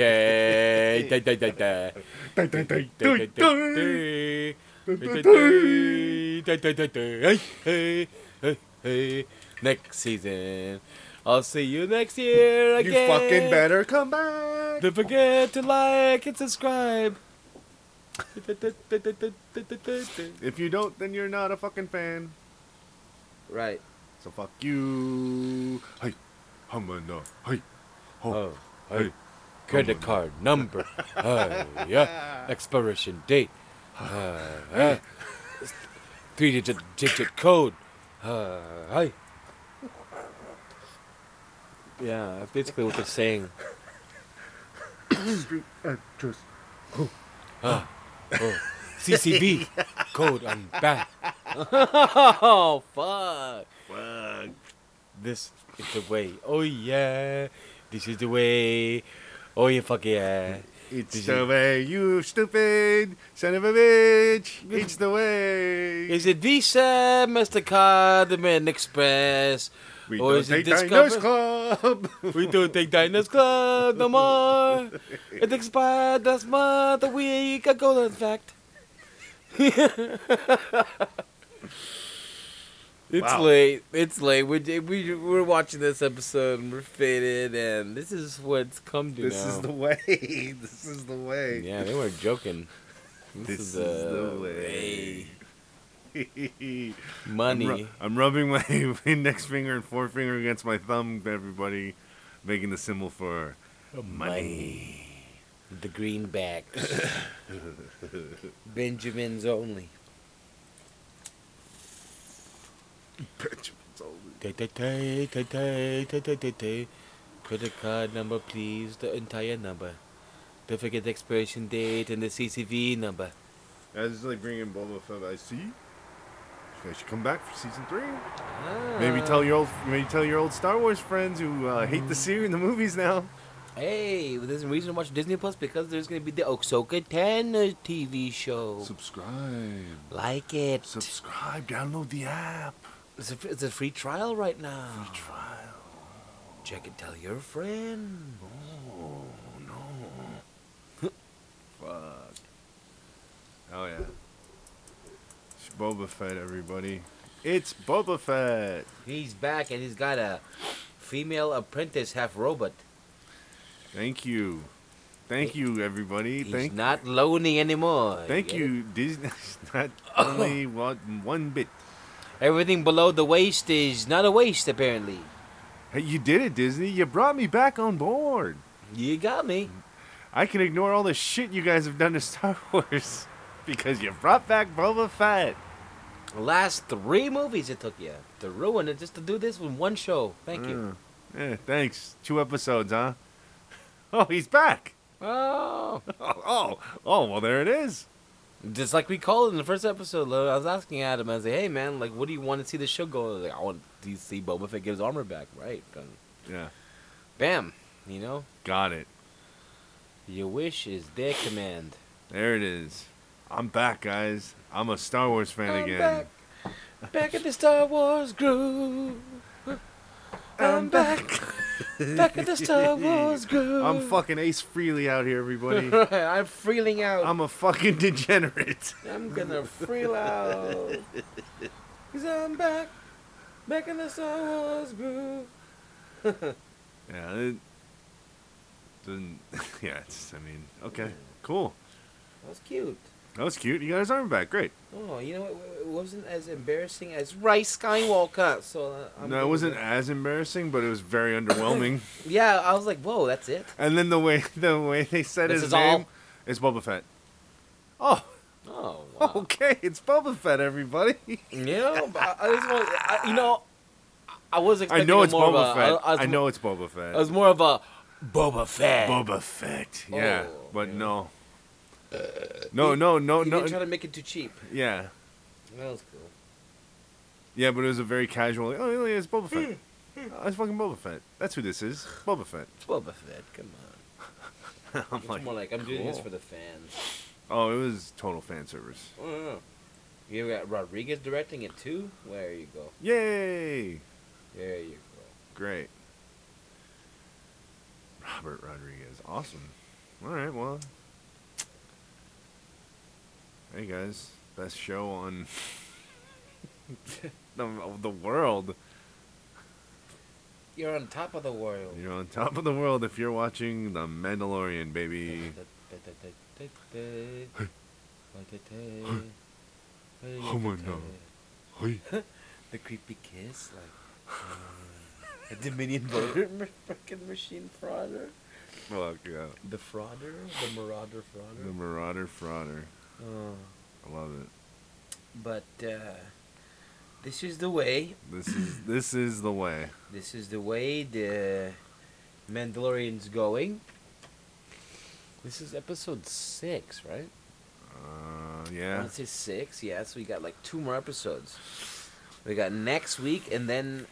Speaker 1: dun, dun, dun, dun, dun.
Speaker 2: Dun, dun, dun,
Speaker 1: Dun, dun, dun, dun,
Speaker 2: dun, dun.
Speaker 1: dun, dun, dun, dun, dun, dun. Hey, hey, hey, hey. Next season. I'll see you next year
Speaker 2: You
Speaker 1: again.
Speaker 2: fucking better come back.
Speaker 1: Don't forget to like and subscribe. Dun, dun, dun, dun, dun, dun, dun, dun, dun.
Speaker 2: If you don't, then you're not a fucking fan.
Speaker 1: Right.
Speaker 2: So fuck you. Hey, Hamana. Hey, ho.
Speaker 1: Oh, hey. Credit card number. Uh, yeah. Expiration date. Uh, uh, three digit, digit code. Uh, hi. Yeah, that's basically what they're saying.
Speaker 2: Street address.
Speaker 1: Oh, CCB code on back. oh, fuck.
Speaker 2: Fuck.
Speaker 1: This is the way. Oh, yeah. This is the way. Oh, yeah, fuck yeah.
Speaker 2: It's
Speaker 1: Did
Speaker 2: the
Speaker 1: you-
Speaker 2: way, you stupid son of a bitch. It's the way.
Speaker 1: Is it Visa, MasterCard, American Express?
Speaker 2: we
Speaker 1: or
Speaker 2: don't
Speaker 1: is it
Speaker 2: take Diners
Speaker 1: Discover?
Speaker 2: Club.
Speaker 1: We don't take Diners Club no more. It expired last month, a week ago, in fact. it's
Speaker 2: Wow.
Speaker 1: late. It's late. We're, we, we're watching this episode and we're faded, and this is what's come to
Speaker 2: this
Speaker 1: now.
Speaker 2: is the way. This is the way.
Speaker 1: Yeah, they weren't joking.
Speaker 2: This is the way. I'm,
Speaker 1: Money.
Speaker 2: ru- I'm rubbing my index finger and forefinger against my thumb, everybody, making the symbol for money.
Speaker 1: The greenbacks. Benjamins only.
Speaker 2: Benjamin's always-
Speaker 1: Tay, tay, tay, tay, tay, tay, tay, tay, tay. Credit card number, please. The entire number. Don't forget the expiration date and the CCV number.
Speaker 2: I was just like bringing Boba Fett. I see. You guys should come back for season three.
Speaker 1: Ah.
Speaker 2: Maybe tell your old, maybe tell your old Star Wars friends who uh, hate the series, the movies now.
Speaker 1: Hey, well, there's a reason to watch Disney Plus because there's gonna be the Ahsoka Tano TV show.
Speaker 2: Subscribe,
Speaker 1: like it.
Speaker 2: subscribe, download the app.
Speaker 1: It's a, it's a free trial right now.
Speaker 2: Trial.
Speaker 1: Check and tell your friend.
Speaker 2: Oh no. Fuck. Oh yeah. It's Boba Fett, everybody. It's Boba Fett.
Speaker 1: He's back and he's got a female apprentice, half robot.
Speaker 2: Thank you. Thank you, everybody.
Speaker 1: He's
Speaker 2: Thank
Speaker 1: not lonely anymore.
Speaker 2: Thank
Speaker 1: get Oh.
Speaker 2: you, Disney. Not only one, one bit.
Speaker 1: it? Everything below the waist is not a waste, apparently.
Speaker 2: Hey, you did it, Disney. You brought me back on board.
Speaker 1: You got me.
Speaker 2: I can ignore all the shit you guys have done to Star Wars. because you brought back Boba Fett.
Speaker 1: Last three movies it took you to ruin it just to do this in one show. Thank you.
Speaker 2: Uh, yeah, thanks. Two episodes, huh? Oh, he's back.
Speaker 1: Oh,
Speaker 2: Oh, oh, oh, well, there it is.
Speaker 1: just like we called in the first episode, Lo, I was asking Adam, I was like, "Hey man, like, what do you want to see the show go?" Like, I want to see Boba Fett get his armor back, right? And
Speaker 2: Yeah,
Speaker 1: bam, you know,
Speaker 2: got it.
Speaker 1: your wish is their command.
Speaker 2: There it is. I'm back, guys. I'm a Star Wars fan
Speaker 1: I'm
Speaker 2: again.
Speaker 1: back, back at the Star Wars groove. I'm back, back at the Star Wars groove.
Speaker 2: I'm fucking Ace Freely out here, everybody.
Speaker 1: I'm freeling out.
Speaker 2: I'm a fucking degenerate.
Speaker 1: I'm gonna freel out. Cause I'm back, back in the Star Wars groove.
Speaker 2: Yeah, it doesn't. Yeah, it's. I mean, okay, cool.
Speaker 1: That was cute.
Speaker 2: That was cute. You got his arm back. Great.
Speaker 1: Oh, you know what? It wasn't as embarrassing as Rice Skywalker. So uh, I'm
Speaker 2: no,
Speaker 1: good
Speaker 2: it
Speaker 1: with
Speaker 2: wasn't as embarrassing, but it was very underwhelming.
Speaker 1: Yeah, I was like, whoa, that's it.
Speaker 2: And then the way the way they said
Speaker 1: This
Speaker 2: his
Speaker 1: is
Speaker 2: name
Speaker 1: all?
Speaker 2: is Boba Fett. Oh,
Speaker 1: Oh, wow.
Speaker 2: okay, it's Boba Fett, everybody.
Speaker 1: Yeah, but I, I just want, I, you know, I- I was
Speaker 2: I
Speaker 1: expecting
Speaker 2: know
Speaker 1: a
Speaker 2: it's
Speaker 1: more
Speaker 2: Boba
Speaker 1: of a, I- I,
Speaker 2: Fett. I,
Speaker 1: was,
Speaker 2: know it's Boba Fett.
Speaker 1: I was more of a Boba Fett.
Speaker 2: Boba Fett. Yeah,
Speaker 1: Oh,
Speaker 2: but
Speaker 1: yeah. Uh,
Speaker 2: no. No, no, no,
Speaker 1: he
Speaker 2: no.
Speaker 1: didn't try to make it too cheap.
Speaker 2: Yeah,
Speaker 1: That was cool.
Speaker 2: yeah, but it was a very casual. like, Oh, yeah, it's Boba Fett.
Speaker 1: Hmm,
Speaker 2: Oh, it's fucking Boba Fett. That's who this is. Boba Fett.
Speaker 1: Boba Fett, come on.
Speaker 2: I'm
Speaker 1: It's
Speaker 2: like,
Speaker 1: more like I'm doing this
Speaker 2: cool.
Speaker 1: for the fans.
Speaker 2: oh, it was total fan service.
Speaker 1: Oh, no, no. You got Rodriguez directing it too. There you go.
Speaker 2: Yay!
Speaker 1: There you
Speaker 2: Great. Robert Rodriguez. Awesome. All right, well. Hey, guys. Best show on the, of the world.
Speaker 1: go. You're on top of the world.
Speaker 2: You're on top of the world if you're watching The Mandalorian, baby.
Speaker 1: Oh
Speaker 2: Oh my no. Hey.
Speaker 1: The creepy kiss, like uh, a Dominion voter, ma- fucking machine frauder,
Speaker 2: Fuck yeah.
Speaker 1: the frauder, the marauder
Speaker 2: The
Speaker 1: frauder.
Speaker 2: Marauder Frauder.
Speaker 1: Uh,
Speaker 2: I love it.
Speaker 1: but uh, this is the way.
Speaker 2: This is this is the way.
Speaker 1: This is the way the Mandalorian's going. This is episode six, right?
Speaker 2: Uh,
Speaker 1: I
Speaker 2: yeah.
Speaker 1: want to say six, yeah. So we got like two more episodes. We got next week and then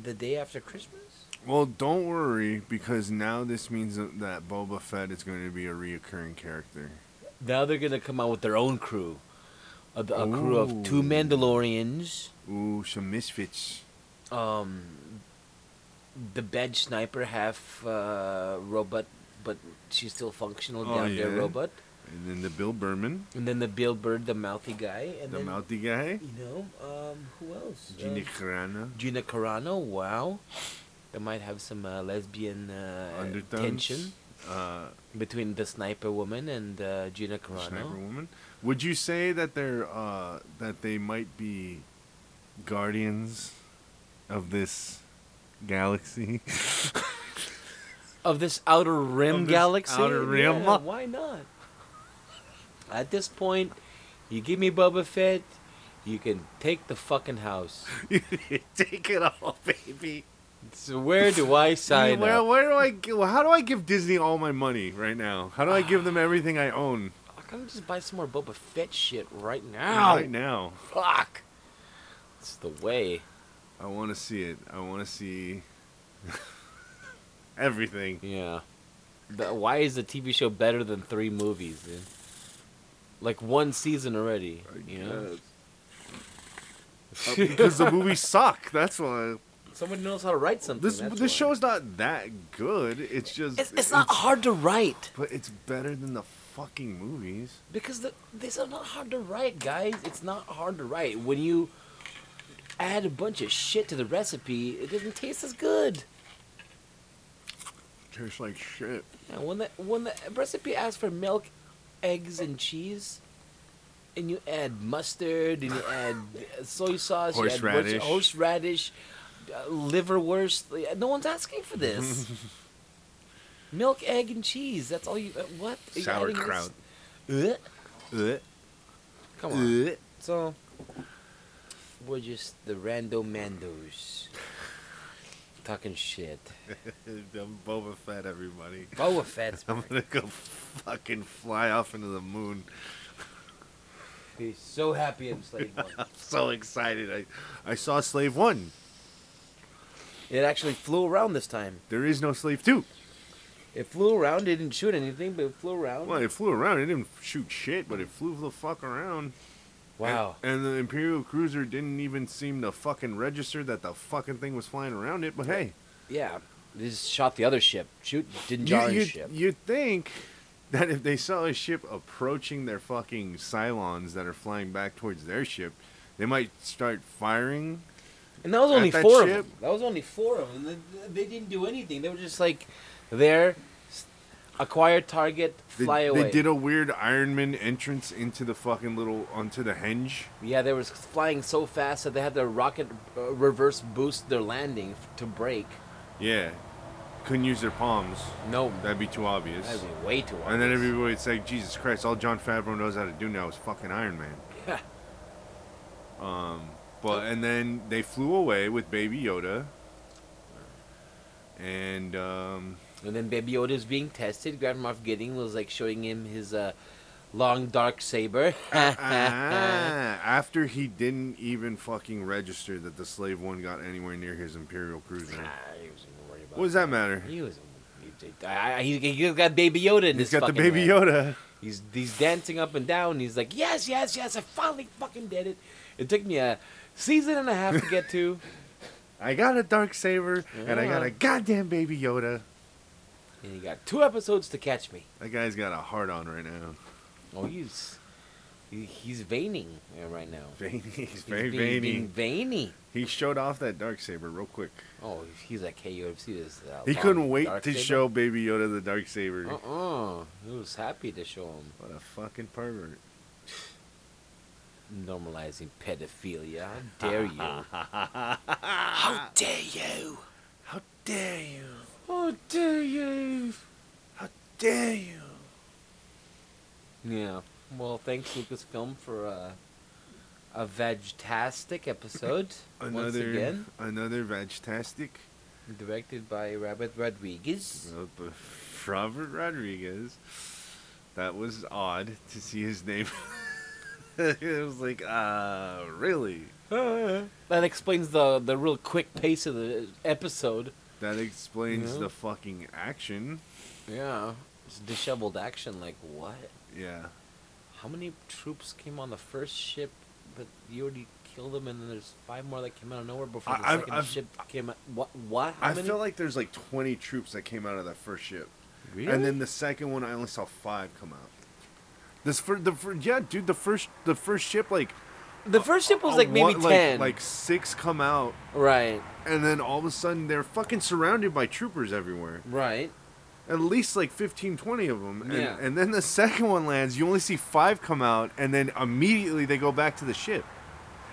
Speaker 1: the day after Christmas.
Speaker 2: Well, don't worry because now this means that- that Boba Fett is going to be a reoccurring character.
Speaker 1: Now they're gonna come out with their own crew, a, a crew of two
Speaker 2: Ooh.
Speaker 1: Mandalorians.
Speaker 2: Ooh, some misfits.
Speaker 1: Um, the bed sniper half uh, robot, but she's still functional
Speaker 2: Oh,
Speaker 1: down there
Speaker 2: yeah.
Speaker 1: robot.
Speaker 2: And then the Bill Burman,
Speaker 1: And then the Bill Bird, the mouthy guy, and
Speaker 2: the
Speaker 1: then
Speaker 2: mouthy guy,
Speaker 1: you know um, who else?
Speaker 2: Gina
Speaker 1: Uh,
Speaker 2: Carano.
Speaker 1: Gina Carano. Wow, they might have some uh, lesbian uh,
Speaker 2: Undertones.
Speaker 1: tension.
Speaker 2: Uh,
Speaker 1: between the sniper woman and uh, Gina Carano.
Speaker 2: Sniper Woman. Would you say that they're uh, that they might be guardians of this galaxy?
Speaker 1: Of this Outer Rim
Speaker 2: Of this
Speaker 1: galaxy?
Speaker 2: Outer Rim.
Speaker 1: Yeah, why not? At this point, you give me Boba Fett, you can take the fucking house.
Speaker 2: Take it all, baby.
Speaker 1: So where do I sign
Speaker 2: where,
Speaker 1: up?
Speaker 2: where do I? gi- How do I give Disney all my money right now? How do I give them everything I own
Speaker 1: I can just buy some more Boba Fett shit right now.
Speaker 2: right now?
Speaker 1: Fuck. It's the way.
Speaker 2: I want to see it. I want to see everything.
Speaker 1: Yeah. The, why is the TV show better than three movies, dude? Like one season already, you know?
Speaker 2: Uh, because the movies suck. That's why.
Speaker 1: Someone knows how to write something.
Speaker 2: This
Speaker 1: that's
Speaker 2: this
Speaker 1: why.
Speaker 2: show's not that good. It's just
Speaker 1: It's, it's not hard to write
Speaker 2: But it's better than the fucking movies.
Speaker 1: because the, these are not hard to write, guys. It's not hard to write. When you add a bunch of shit to the recipe, it doesn't taste as good.
Speaker 2: Tastes like shit.
Speaker 1: Yeah, when the when the recipe asks for milk, eggs, and cheese, and you add mustard and you add uh, soy sauce, you add bunch of horseradish,
Speaker 2: Horseradish.
Speaker 1: uh, liverwurst. like, No one's asking for this. milk, egg, and cheese. That's all you. uh, What Are you adding this-
Speaker 2: Sauerkraut.
Speaker 1: Ugh.
Speaker 2: Ugh.
Speaker 1: Come on. So, we're just the rando mandos talking shit.
Speaker 2: I'm Boba Fett, everybody.
Speaker 1: Boba Fett's
Speaker 2: I'm gonna go fucking fly off into the moon.
Speaker 1: he's so happy in Slave One.
Speaker 2: I'm so excited. I, I saw Slave One.
Speaker 1: It actually flew around this time.
Speaker 2: There is no Slave Two.
Speaker 1: It flew around. It didn't shoot anything, but it flew around.
Speaker 2: Well, it flew around. It didn't shoot shit, but it flew the fuck around.
Speaker 1: Wow.
Speaker 2: And, and the Imperial cruiser didn't even seem to fucking register that the fucking thing was flying around it. But hey,
Speaker 1: Yeah. They just shot the other ship. Shoot, didn't
Speaker 2: you
Speaker 1: jar his
Speaker 2: you
Speaker 1: ship.
Speaker 2: you think that if they saw a ship approaching their fucking Cylons that are flying back towards their ship, they might start firing.
Speaker 1: And that was
Speaker 2: At
Speaker 1: only
Speaker 2: that
Speaker 1: four
Speaker 2: ship?
Speaker 1: of them. That was only four of them. They- They, didn't do anything. They were just like there, s- acquire target,
Speaker 2: They,
Speaker 1: fly
Speaker 2: they
Speaker 1: away.
Speaker 2: did a weird Iron Man entrance into the fucking little onto the henge.
Speaker 1: yeah, they were flying so fast that they had their rocket uh, reverse boost their landing f- to break.
Speaker 2: Yeah, couldn't use their palms.
Speaker 1: No,
Speaker 2: That'd be too obvious.
Speaker 1: that'd be way too.
Speaker 2: And then
Speaker 1: obvious.
Speaker 2: everybody's like, Jesus Christ, all John Favreau knows how to do now is fucking Iron Man.
Speaker 1: Yeah.
Speaker 2: Um, but and then they flew away with Baby Yoda. And um,
Speaker 1: And then Baby Yoda was being tested. Grand Moff Gideon was like showing him his uh, long dark saber.
Speaker 2: ah, after he didn't even fucking register that the Slave One got anywhere near his Imperial cruiser,
Speaker 1: Nah, he wasn't worried about
Speaker 2: what does that matter?
Speaker 1: He was. He, I- I- he, he's got Baby Yoda in
Speaker 2: He's
Speaker 1: his
Speaker 2: got the
Speaker 1: fucking
Speaker 2: Baby
Speaker 1: hand.
Speaker 2: Yoda.
Speaker 1: He's he's dancing up and down. He's like, yes, yes, yes. I finally fucking did it. It took me a season and a half to get to.
Speaker 2: I got a dark saber, and I got
Speaker 1: Yeah.
Speaker 2: a goddamn Baby Yoda.
Speaker 1: And he got two episodes to catch me.
Speaker 2: That guy's got a heart on right now.
Speaker 1: Oh, he's he, he's veining uh, right now.
Speaker 2: Veiny, he's very
Speaker 1: he's being-
Speaker 2: veiny.
Speaker 1: being veiny.
Speaker 2: He showed off that dark saber real quick.
Speaker 1: Oh, he's like, hey, you ever see this? Uh,
Speaker 2: He
Speaker 1: long
Speaker 2: couldn't wait
Speaker 1: dark
Speaker 2: to
Speaker 1: saber?"
Speaker 2: show Baby Yoda the dark saber.
Speaker 1: Uh-uh. He was happy to show him
Speaker 2: What a fucking pervert!
Speaker 1: normalizing pedophilia. How dare you? How dare you?
Speaker 2: How dare you!
Speaker 1: How dare you?
Speaker 2: How dare you!
Speaker 1: Yeah. Well, thanks Lucasfilm for uh, a vegetastic episode once
Speaker 2: Another
Speaker 1: again,
Speaker 2: another vegetastic.
Speaker 1: directed by Robert Rodriguez.
Speaker 2: uh, b- Robert Rodriguez. That was odd to see his name. it was like, uh, really?
Speaker 1: That explains the the real quick pace of the episode.
Speaker 2: That explains
Speaker 1: Yeah.
Speaker 2: the fucking action.
Speaker 1: Yeah. It's disheveled action. Like what?
Speaker 2: Yeah.
Speaker 1: How many troops came on the first ship? But you already killed them, and then there's five more that came out of nowhere before
Speaker 2: I-
Speaker 1: the
Speaker 2: I've-
Speaker 1: 2nd
Speaker 2: I've-
Speaker 1: ship came. Out. What? What? How
Speaker 2: I
Speaker 1: many?
Speaker 2: feel like there's like 20 troops that came out of that first ship.
Speaker 1: really?
Speaker 2: And then the second one, I only saw five come out. This for the fir- yeah, dude. The first the first ship like
Speaker 1: the first ship was
Speaker 2: a
Speaker 1: like maybe
Speaker 2: one-
Speaker 1: ten.
Speaker 2: like six come out,
Speaker 1: right,
Speaker 2: and then all of a sudden they're fucking surrounded by troopers everywhere.
Speaker 1: right.
Speaker 2: At least like 15, 20 of them. And,
Speaker 1: Yeah.
Speaker 2: and then the second one lands. You only see five come out, and then immediately they go back to the ship,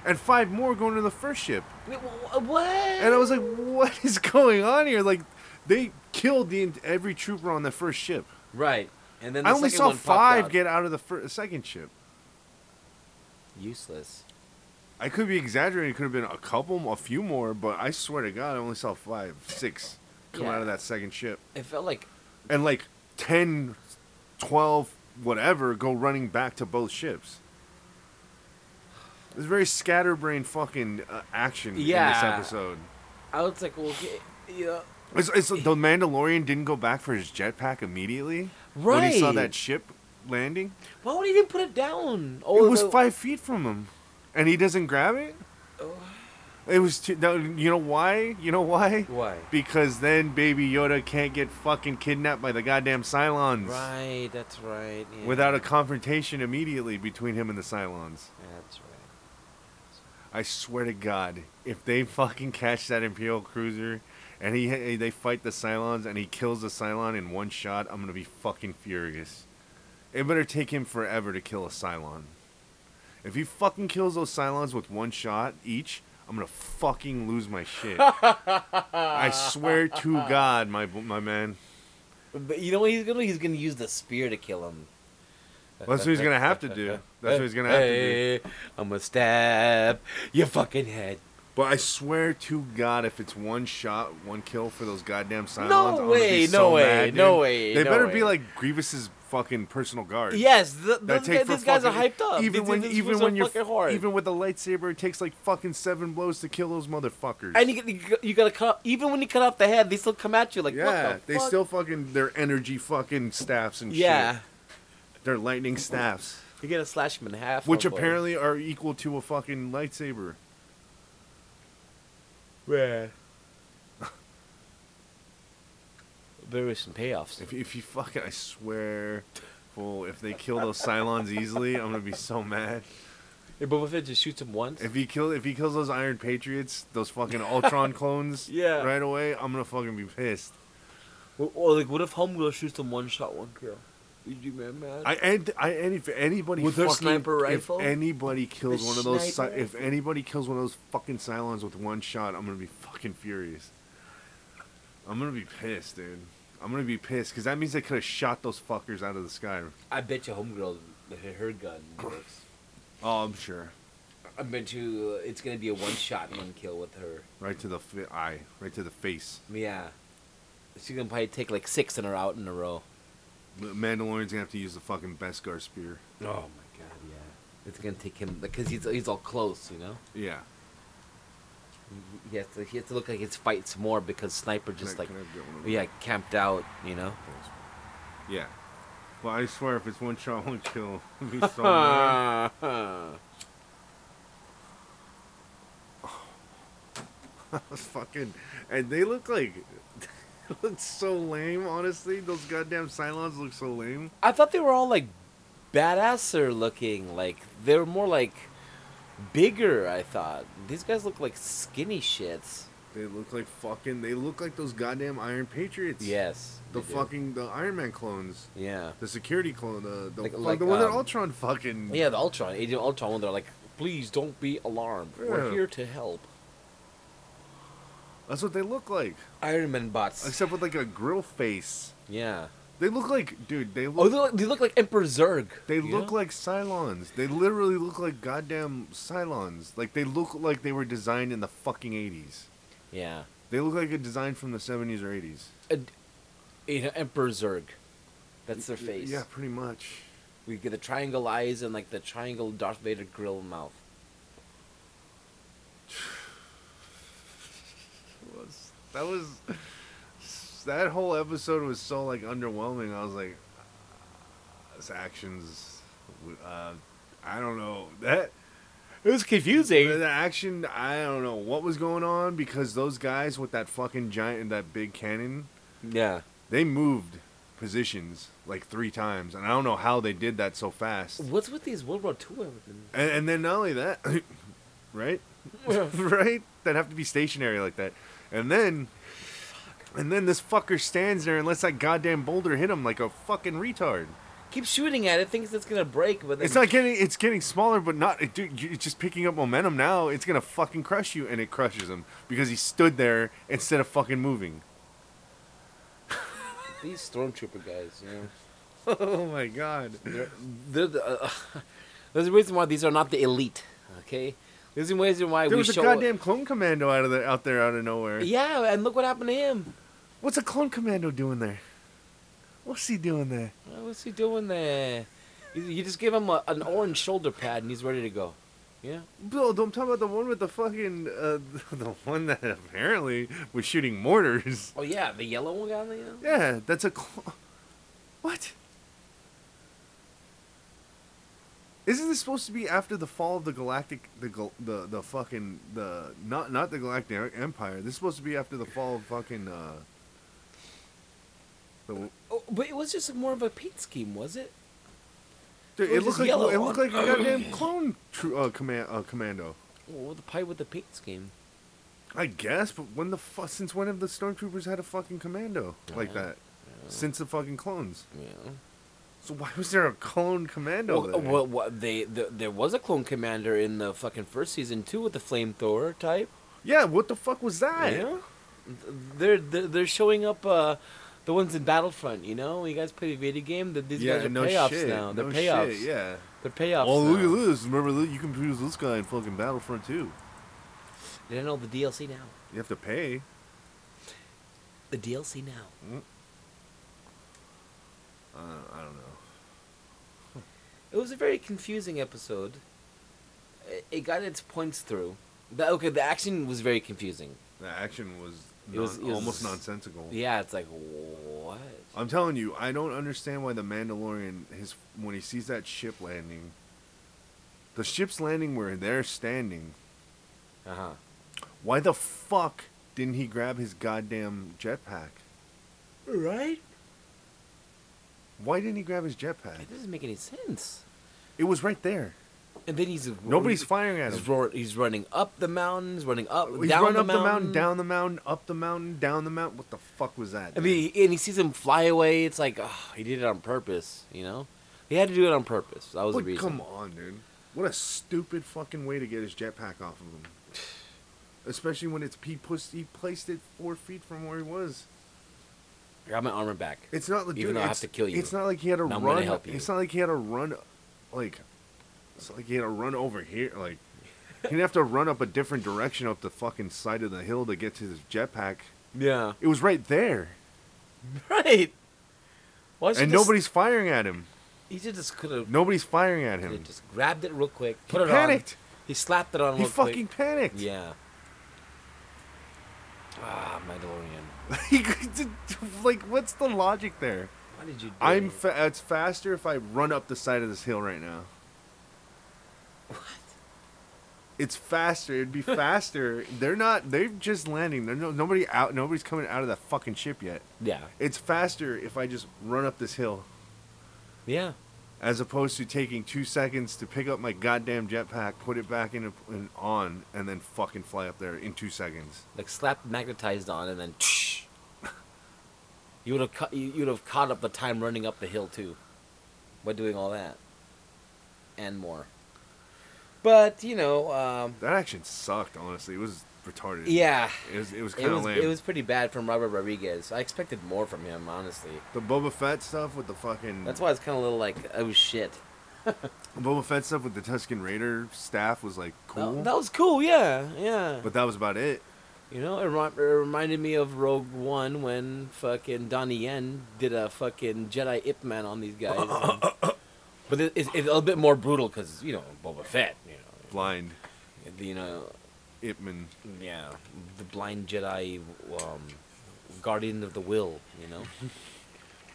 Speaker 2: and five more going to the first ship.
Speaker 1: Wait, wh- wh- What?
Speaker 2: And I was like, what is going on here? Like they killed the en- every trooper on the first ship.
Speaker 1: Right. And then the
Speaker 2: I only
Speaker 1: second
Speaker 2: saw
Speaker 1: one popped
Speaker 2: five
Speaker 1: out.
Speaker 2: get out of the fir- second ship.
Speaker 1: useless.
Speaker 2: I could be exaggerating. It could have been a couple, a few more, but I swear to God, I only saw five, six come
Speaker 1: Yeah.
Speaker 2: out of that second ship.
Speaker 1: It felt like
Speaker 2: And like 10, 12, whatever, go running back to both ships. It's very scatterbrained fucking uh, action
Speaker 1: Yeah.
Speaker 2: in this episode.
Speaker 1: I was like, well, okay, you know,
Speaker 2: It's, it's, the Mandalorian didn't go back for his jetpack immediately when he saw
Speaker 1: Right.
Speaker 2: that ship landing.
Speaker 1: why would he didn't put it down?
Speaker 2: it was
Speaker 1: Oh, the-
Speaker 2: five feet from him, and he doesn't grab it. It was too. no, You know why? You know why?
Speaker 1: Why?
Speaker 2: Because then Baby Yoda can't get fucking kidnapped by the goddamn Cylons
Speaker 1: Right. That's right. Yeah.
Speaker 2: without a confrontation immediately between him and the Cylons.
Speaker 1: That's right.
Speaker 2: I swear to God, if they fucking catch that Imperial cruiser and he they fight the Cylons and he kills the Cylon in one shot, I'm gonna be fucking furious. It better take him forever to kill a Cylon. If he fucking kills those Cylons with one shot each, I'm gonna fucking lose my shit. I swear to God, my my man.
Speaker 1: But you know what he's gonna? do? He's gonna use the spear to kill him.
Speaker 2: That's what he's gonna have to do. That's what he's gonna have to do.
Speaker 1: Hey, I'm gonna stab your fucking head.
Speaker 2: But I swear to God, if it's one shot, one kill for those goddamn Cylons,
Speaker 1: No
Speaker 2: I'm gonna be
Speaker 1: way,
Speaker 2: so
Speaker 1: no
Speaker 2: mad,
Speaker 1: way,
Speaker 2: dude.
Speaker 1: no way,
Speaker 2: They
Speaker 1: no
Speaker 2: better
Speaker 1: way.
Speaker 2: be like Grievous's fucking personal guard.
Speaker 1: Yes, th-
Speaker 2: That
Speaker 1: those
Speaker 2: take
Speaker 1: guys,
Speaker 2: for
Speaker 1: these guys are
Speaker 2: fucking-
Speaker 1: hyped up.
Speaker 2: Even
Speaker 1: These-
Speaker 2: when,
Speaker 1: these
Speaker 2: even
Speaker 1: fools
Speaker 2: when
Speaker 1: are
Speaker 2: you're,
Speaker 1: fucking hard.
Speaker 2: even with a lightsaber, it takes like fucking seven blows to kill those motherfuckers.
Speaker 1: and you, you, you gotta cut. Even when you cut off the head, they still come at you like what
Speaker 2: yeah,
Speaker 1: the
Speaker 2: they
Speaker 1: fuck?
Speaker 2: still fucking their energy fucking staffs and
Speaker 1: yeah.
Speaker 2: shit. Their lightning staffs,
Speaker 1: You gotta slash them in half.
Speaker 2: which
Speaker 1: my boy.
Speaker 2: apparently are equal to a fucking lightsaber.
Speaker 1: Where? There was some payoffs.
Speaker 2: If if you fucking, I swear, fool, if they kill those Cylons easily, I'm gonna be so mad.
Speaker 1: Hey, Boba Fett just shoots him once.
Speaker 2: If he kill if he kills those Iron Patriots, those fucking Ultron clones,
Speaker 1: Yeah.
Speaker 2: right away, I'm gonna fucking be pissed.
Speaker 1: Or, or like, what if Homegirl shoots him one shot, one kill? You'd be mad, mad.
Speaker 2: I and I and if anybody
Speaker 1: With their
Speaker 2: fucking-
Speaker 1: sniper rifle?
Speaker 2: if anybody kills
Speaker 1: The
Speaker 2: one of those, si-
Speaker 1: sniper
Speaker 2: if anybody kills one of those fucking Cylons with one shot, I'm gonna be fucking furious. I'm gonna be pissed, dude. I'm gonna be pissed because that means they could have shot those fuckers out of the sky.
Speaker 1: I bet you Homegirl, her gun works.
Speaker 2: Oh, I'm sure.
Speaker 1: I bet you uh, it's gonna be a one shot, one kill with her.
Speaker 2: Right to the fi- eye, right to the face.
Speaker 1: Yeah. She's gonna probably take like six in her out in a row.
Speaker 2: The Mandalorian's gonna have to use the fucking Beskar spear.
Speaker 1: Oh my god, yeah. It's gonna take him because he's he's all close, you know.
Speaker 2: Yeah.
Speaker 1: He has to he has to look like he's fights more because sniper just
Speaker 2: Can I-
Speaker 1: like
Speaker 2: can I get one of those?
Speaker 1: yeah camped out, you know.
Speaker 2: Yeah. Well, I swear, if it's one shot, one kill, it'd be so mad. I was fucking, and they look like, they look so lame. Honestly, those goddamn Cylons look so lame.
Speaker 1: I thought they were all like badasser looking. Like they were more like bigger. I thought these guys look like skinny shits.
Speaker 2: They look like fucking. They look like those goddamn Iron Patriots.
Speaker 1: Yes.
Speaker 2: The
Speaker 1: they do.
Speaker 2: fucking the Iron Man clones,
Speaker 1: Yeah.
Speaker 2: the security clone, the the,
Speaker 1: Like-
Speaker 2: fuck-
Speaker 1: like,
Speaker 2: the one that
Speaker 1: um,
Speaker 2: Ultron fucking.
Speaker 1: Yeah, the Ultron, Agent Ultron, when they're like, "Please don't be alarmed. We're
Speaker 2: Yeah.
Speaker 1: here to help."
Speaker 2: That's what they look like,
Speaker 1: Iron Man bots.
Speaker 2: except with like a grill face.
Speaker 1: Yeah.
Speaker 2: They look like, dude. They look.
Speaker 1: Oh, they look, they look like Emperor Zurg.
Speaker 2: They
Speaker 1: you
Speaker 2: look
Speaker 1: know?
Speaker 2: like Cylons. They literally look like goddamn Cylons. Like they look like they were designed in the fucking eighties.
Speaker 1: Yeah.
Speaker 2: They look like a design from the seventies or eighties.
Speaker 1: And, you know, Emperor Zurg. That's their face.
Speaker 2: Yeah, pretty much.
Speaker 1: We get the triangle eyes and like the triangle Darth Vader grill mouth.
Speaker 2: It was that was that whole episode was so like underwhelming. I was like, uh, this actions, uh, I don't know that.
Speaker 1: It was
Speaker 2: The,
Speaker 1: confusing.
Speaker 2: the action, I don't know what was going on because those guys with that fucking giant and that big cannon,
Speaker 1: Yeah.
Speaker 2: they moved positions like three times, and I don't know how they did that so fast.
Speaker 1: What's with these World War II women?
Speaker 2: And, and then not only that, right, right, that have to be stationary like that, and then, and then this fucker stands there and lets that goddamn boulder hit him like a fucking retard.
Speaker 1: Keep shooting at it, thinks it's gonna break, but then
Speaker 2: It's not getting, it's getting smaller, but not, it, dude, you- it's just picking up momentum now. It's gonna fucking crush you, and it crushes him because he stood there instead of fucking moving.
Speaker 1: these stormtrooper guys, you know.
Speaker 2: oh my god.
Speaker 1: They're, they're the, uh, there's a reason why these are not the elite, okay? There's a reason why
Speaker 2: There
Speaker 1: we
Speaker 2: was a
Speaker 1: show
Speaker 2: goddamn clone commando out of the, out there out of nowhere.
Speaker 1: Yeah, and look what happened to him.
Speaker 2: What's a clone commando doing there? What's he doing there?
Speaker 1: Uh, What's he doing there? You, you just give him a, an orange shoulder pad and he's ready to go. Yeah.
Speaker 2: Bill, don't talk about the one with the fucking uh, the one that apparently was shooting mortars.
Speaker 1: Oh yeah, the yellow one guy. You know?
Speaker 2: Yeah, that's a cl- what? Isn't this supposed to be after the fall of the galactic the gal- the the fucking the not not the galactic empire? This is supposed to be after the fall of fucking uh. The,
Speaker 1: Oh, but it was just more of a paint scheme, was it?
Speaker 2: dude,
Speaker 1: It
Speaker 2: it
Speaker 1: was
Speaker 2: looked
Speaker 1: just
Speaker 2: like
Speaker 1: yellow
Speaker 2: it looked
Speaker 1: on-
Speaker 2: like a goddamn clone tro- uh, command uh, commando.
Speaker 1: Well, the pie with the paint scheme.
Speaker 2: I guess, but when the fu- since when have the stormtroopers had a fucking commando like
Speaker 1: Yeah,
Speaker 2: that? Since the fucking clones.
Speaker 1: Yeah.
Speaker 2: So why was there a clone commando?
Speaker 1: Well, uh,
Speaker 2: there?
Speaker 1: well, well, they the, there was a clone commander in the fucking first season too with the flamethrower type.
Speaker 2: yeah, what the fuck was that?
Speaker 1: Yeah. They're they're, they're showing up uh, the ones in Battlefront. You know, you guys play a video game. That these
Speaker 2: yeah,
Speaker 1: guys are
Speaker 2: no
Speaker 1: payoffs
Speaker 2: shit.
Speaker 1: now. They're
Speaker 2: no
Speaker 1: payoffs.
Speaker 2: Shit, yeah.
Speaker 1: They're payoffs.
Speaker 2: Oh,
Speaker 1: now.
Speaker 2: look at this. Remember, look, you can use this guy in fucking Battlefront too.
Speaker 1: They don't know the DLC now.
Speaker 2: You have to pay.
Speaker 1: The DLC now.
Speaker 2: Uh, I don't know.
Speaker 1: It was a very confusing episode. It, it got its points through. The, okay, the action was very confusing.
Speaker 2: The action was,
Speaker 1: It was-
Speaker 2: non-
Speaker 1: it was-
Speaker 2: almost nonsensical.
Speaker 1: Yeah, it's like what?
Speaker 2: I'm telling you, I don't understand why the Mandalorian his when he sees that ship landing. The ship's landing where they're standing.
Speaker 1: Uh huh.
Speaker 2: Why the fuck didn't he grab his goddamn jetpack?
Speaker 1: Right?
Speaker 2: Why didn't he grab his jetpack?
Speaker 1: It doesn't make any sense.
Speaker 2: It was right there.
Speaker 1: And then he's
Speaker 2: Nobody's firing at
Speaker 1: He's,
Speaker 2: him.
Speaker 1: roar- he's running up the mountains, running up,
Speaker 2: He's
Speaker 1: down
Speaker 2: run
Speaker 1: the
Speaker 2: up
Speaker 1: mountain.
Speaker 2: the mountain, down the mountain, up the mountain, down the mountain. What the fuck was that?
Speaker 1: I mean, he- and he sees him fly away. It's like, oh, he did it on purpose. You know, he had to do it on purpose. That was
Speaker 2: What-
Speaker 1: the reason.
Speaker 2: come on, dude. What a stupid fucking way to get his jetpack off of him. Especially when it's he, pushed, he placed it four feet from where he was.
Speaker 1: I got my armor back.
Speaker 2: It's not like
Speaker 1: Even
Speaker 2: dude,
Speaker 1: though I have
Speaker 2: it's-
Speaker 1: to kill you.
Speaker 2: It's not like he had to
Speaker 1: Now I'm gonna
Speaker 2: run.
Speaker 1: help you.
Speaker 2: It's not like he had to run, like, it's not like he had to run over here. Like, he didn't have to run up a different direction up the fucking side of the hill to get to his jetpack.
Speaker 1: yeah,
Speaker 2: It was right there,
Speaker 1: right. Why should
Speaker 2: and
Speaker 1: this-
Speaker 2: nobody's firing at him.
Speaker 1: He should just could have.
Speaker 2: Nobody's firing at him.
Speaker 1: Just grabbed it real quick.
Speaker 2: He
Speaker 1: Put it
Speaker 2: panicked.
Speaker 1: on. He slapped it on.
Speaker 2: He
Speaker 1: real quick.
Speaker 2: fucking panicked.
Speaker 1: Yeah. Ah, Mandalorian.
Speaker 2: He could- like, what's the logic there?
Speaker 1: Why did you? Do
Speaker 2: I'm.
Speaker 1: it?
Speaker 2: Fa- it's faster if I run up the side of this hill right now.
Speaker 1: What?
Speaker 2: It's faster. It'd be faster. They're not. They're just landing. They're no, nobody out. Nobody's coming out of that fucking ship yet.
Speaker 1: Yeah.
Speaker 2: It's faster if I just run up this hill
Speaker 1: Yeah.
Speaker 2: as opposed to taking two seconds to pick up my goddamn jetpack, put it back in and on, and then fucking fly up there in two seconds.
Speaker 1: Like slapped magnetized on, and then. you would have cu- you would have caught up the time running up the hill too, by doing all that. And more. But you know, um,
Speaker 2: That action sucked. Honestly, it was retarded.
Speaker 1: yeah,
Speaker 2: It was. It was
Speaker 1: it
Speaker 2: kind of
Speaker 1: was
Speaker 2: lame.
Speaker 1: it was pretty bad from Robert Rodriguez. I expected more from him, honestly.
Speaker 2: the Boba Fett stuff with the fucking.
Speaker 1: That's why it's kind of a little like, oh shit.
Speaker 2: Boba Fett stuff with the Tusken Raider staff was like cool,
Speaker 1: That, that was cool, yeah, yeah.
Speaker 2: but that was about it.
Speaker 1: You know, it, remi- it reminded me of Rogue One when fucking Donnie Yen did a fucking Jedi Ip Man on these guys. and- but it, it's, it's a little bit more brutal because you know Boba Fett. You know,
Speaker 2: Blind
Speaker 1: the- you know,
Speaker 2: Ip Man.
Speaker 1: yeah, the blind Jedi, um, guardian of the will. You know,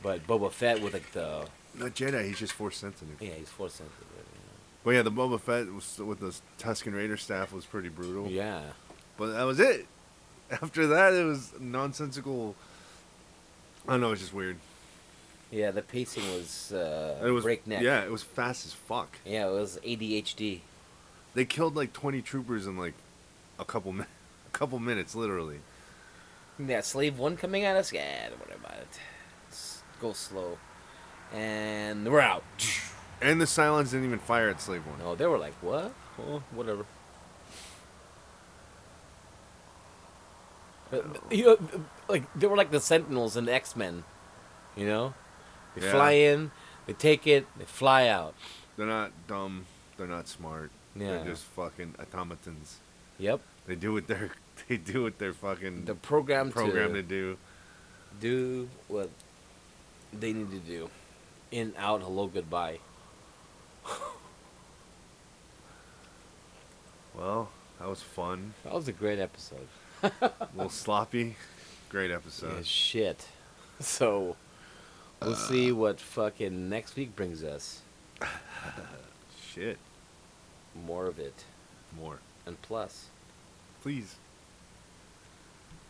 Speaker 1: but Boba Fett with like the
Speaker 2: Not Jedi. He's just force sensitive.
Speaker 1: yeah, he's force sensitive. you
Speaker 2: But yeah, the Boba Fett was, with the Tusken Raider staff was pretty brutal.
Speaker 1: know. Yeah,
Speaker 2: But that was it. After that, it was nonsensical. I don't know. It's just weird.
Speaker 1: yeah, the pacing was uh,
Speaker 2: It was
Speaker 1: breakneck.
Speaker 2: Yeah, it was fast as fuck.
Speaker 1: yeah, it was ADHD.
Speaker 2: They killed like twenty troopers in like a couple min- a couple minutes, literally.
Speaker 1: That slave one coming at us? Yeah, don't worry about it. Let's go slow. And we're out.
Speaker 2: And the Cylons didn't even fire at Slave One.
Speaker 1: No, they were like, what? Oh, whatever. But, but, you know, like they were like the Sentinels and X Men, you know. They
Speaker 2: Yeah.
Speaker 1: fly in, they take it, they fly out.
Speaker 2: They're not dumb. They're not smart.
Speaker 1: Yeah.
Speaker 2: They're just fucking automatons.
Speaker 1: Yep,
Speaker 2: They do what they're they do what they're fucking
Speaker 1: they're programmed,
Speaker 2: programmed
Speaker 1: to
Speaker 2: to do.
Speaker 1: do what they need to do. In, out, hello, goodbye.
Speaker 2: Well, that was fun.
Speaker 1: That was a great episode.
Speaker 2: A little sloppy. Great
Speaker 1: Yeah,
Speaker 2: episode.
Speaker 1: shit. So we'll see what fucking next week brings us.
Speaker 2: Shit.
Speaker 1: More of it.
Speaker 2: More.
Speaker 1: And plus.
Speaker 2: Please.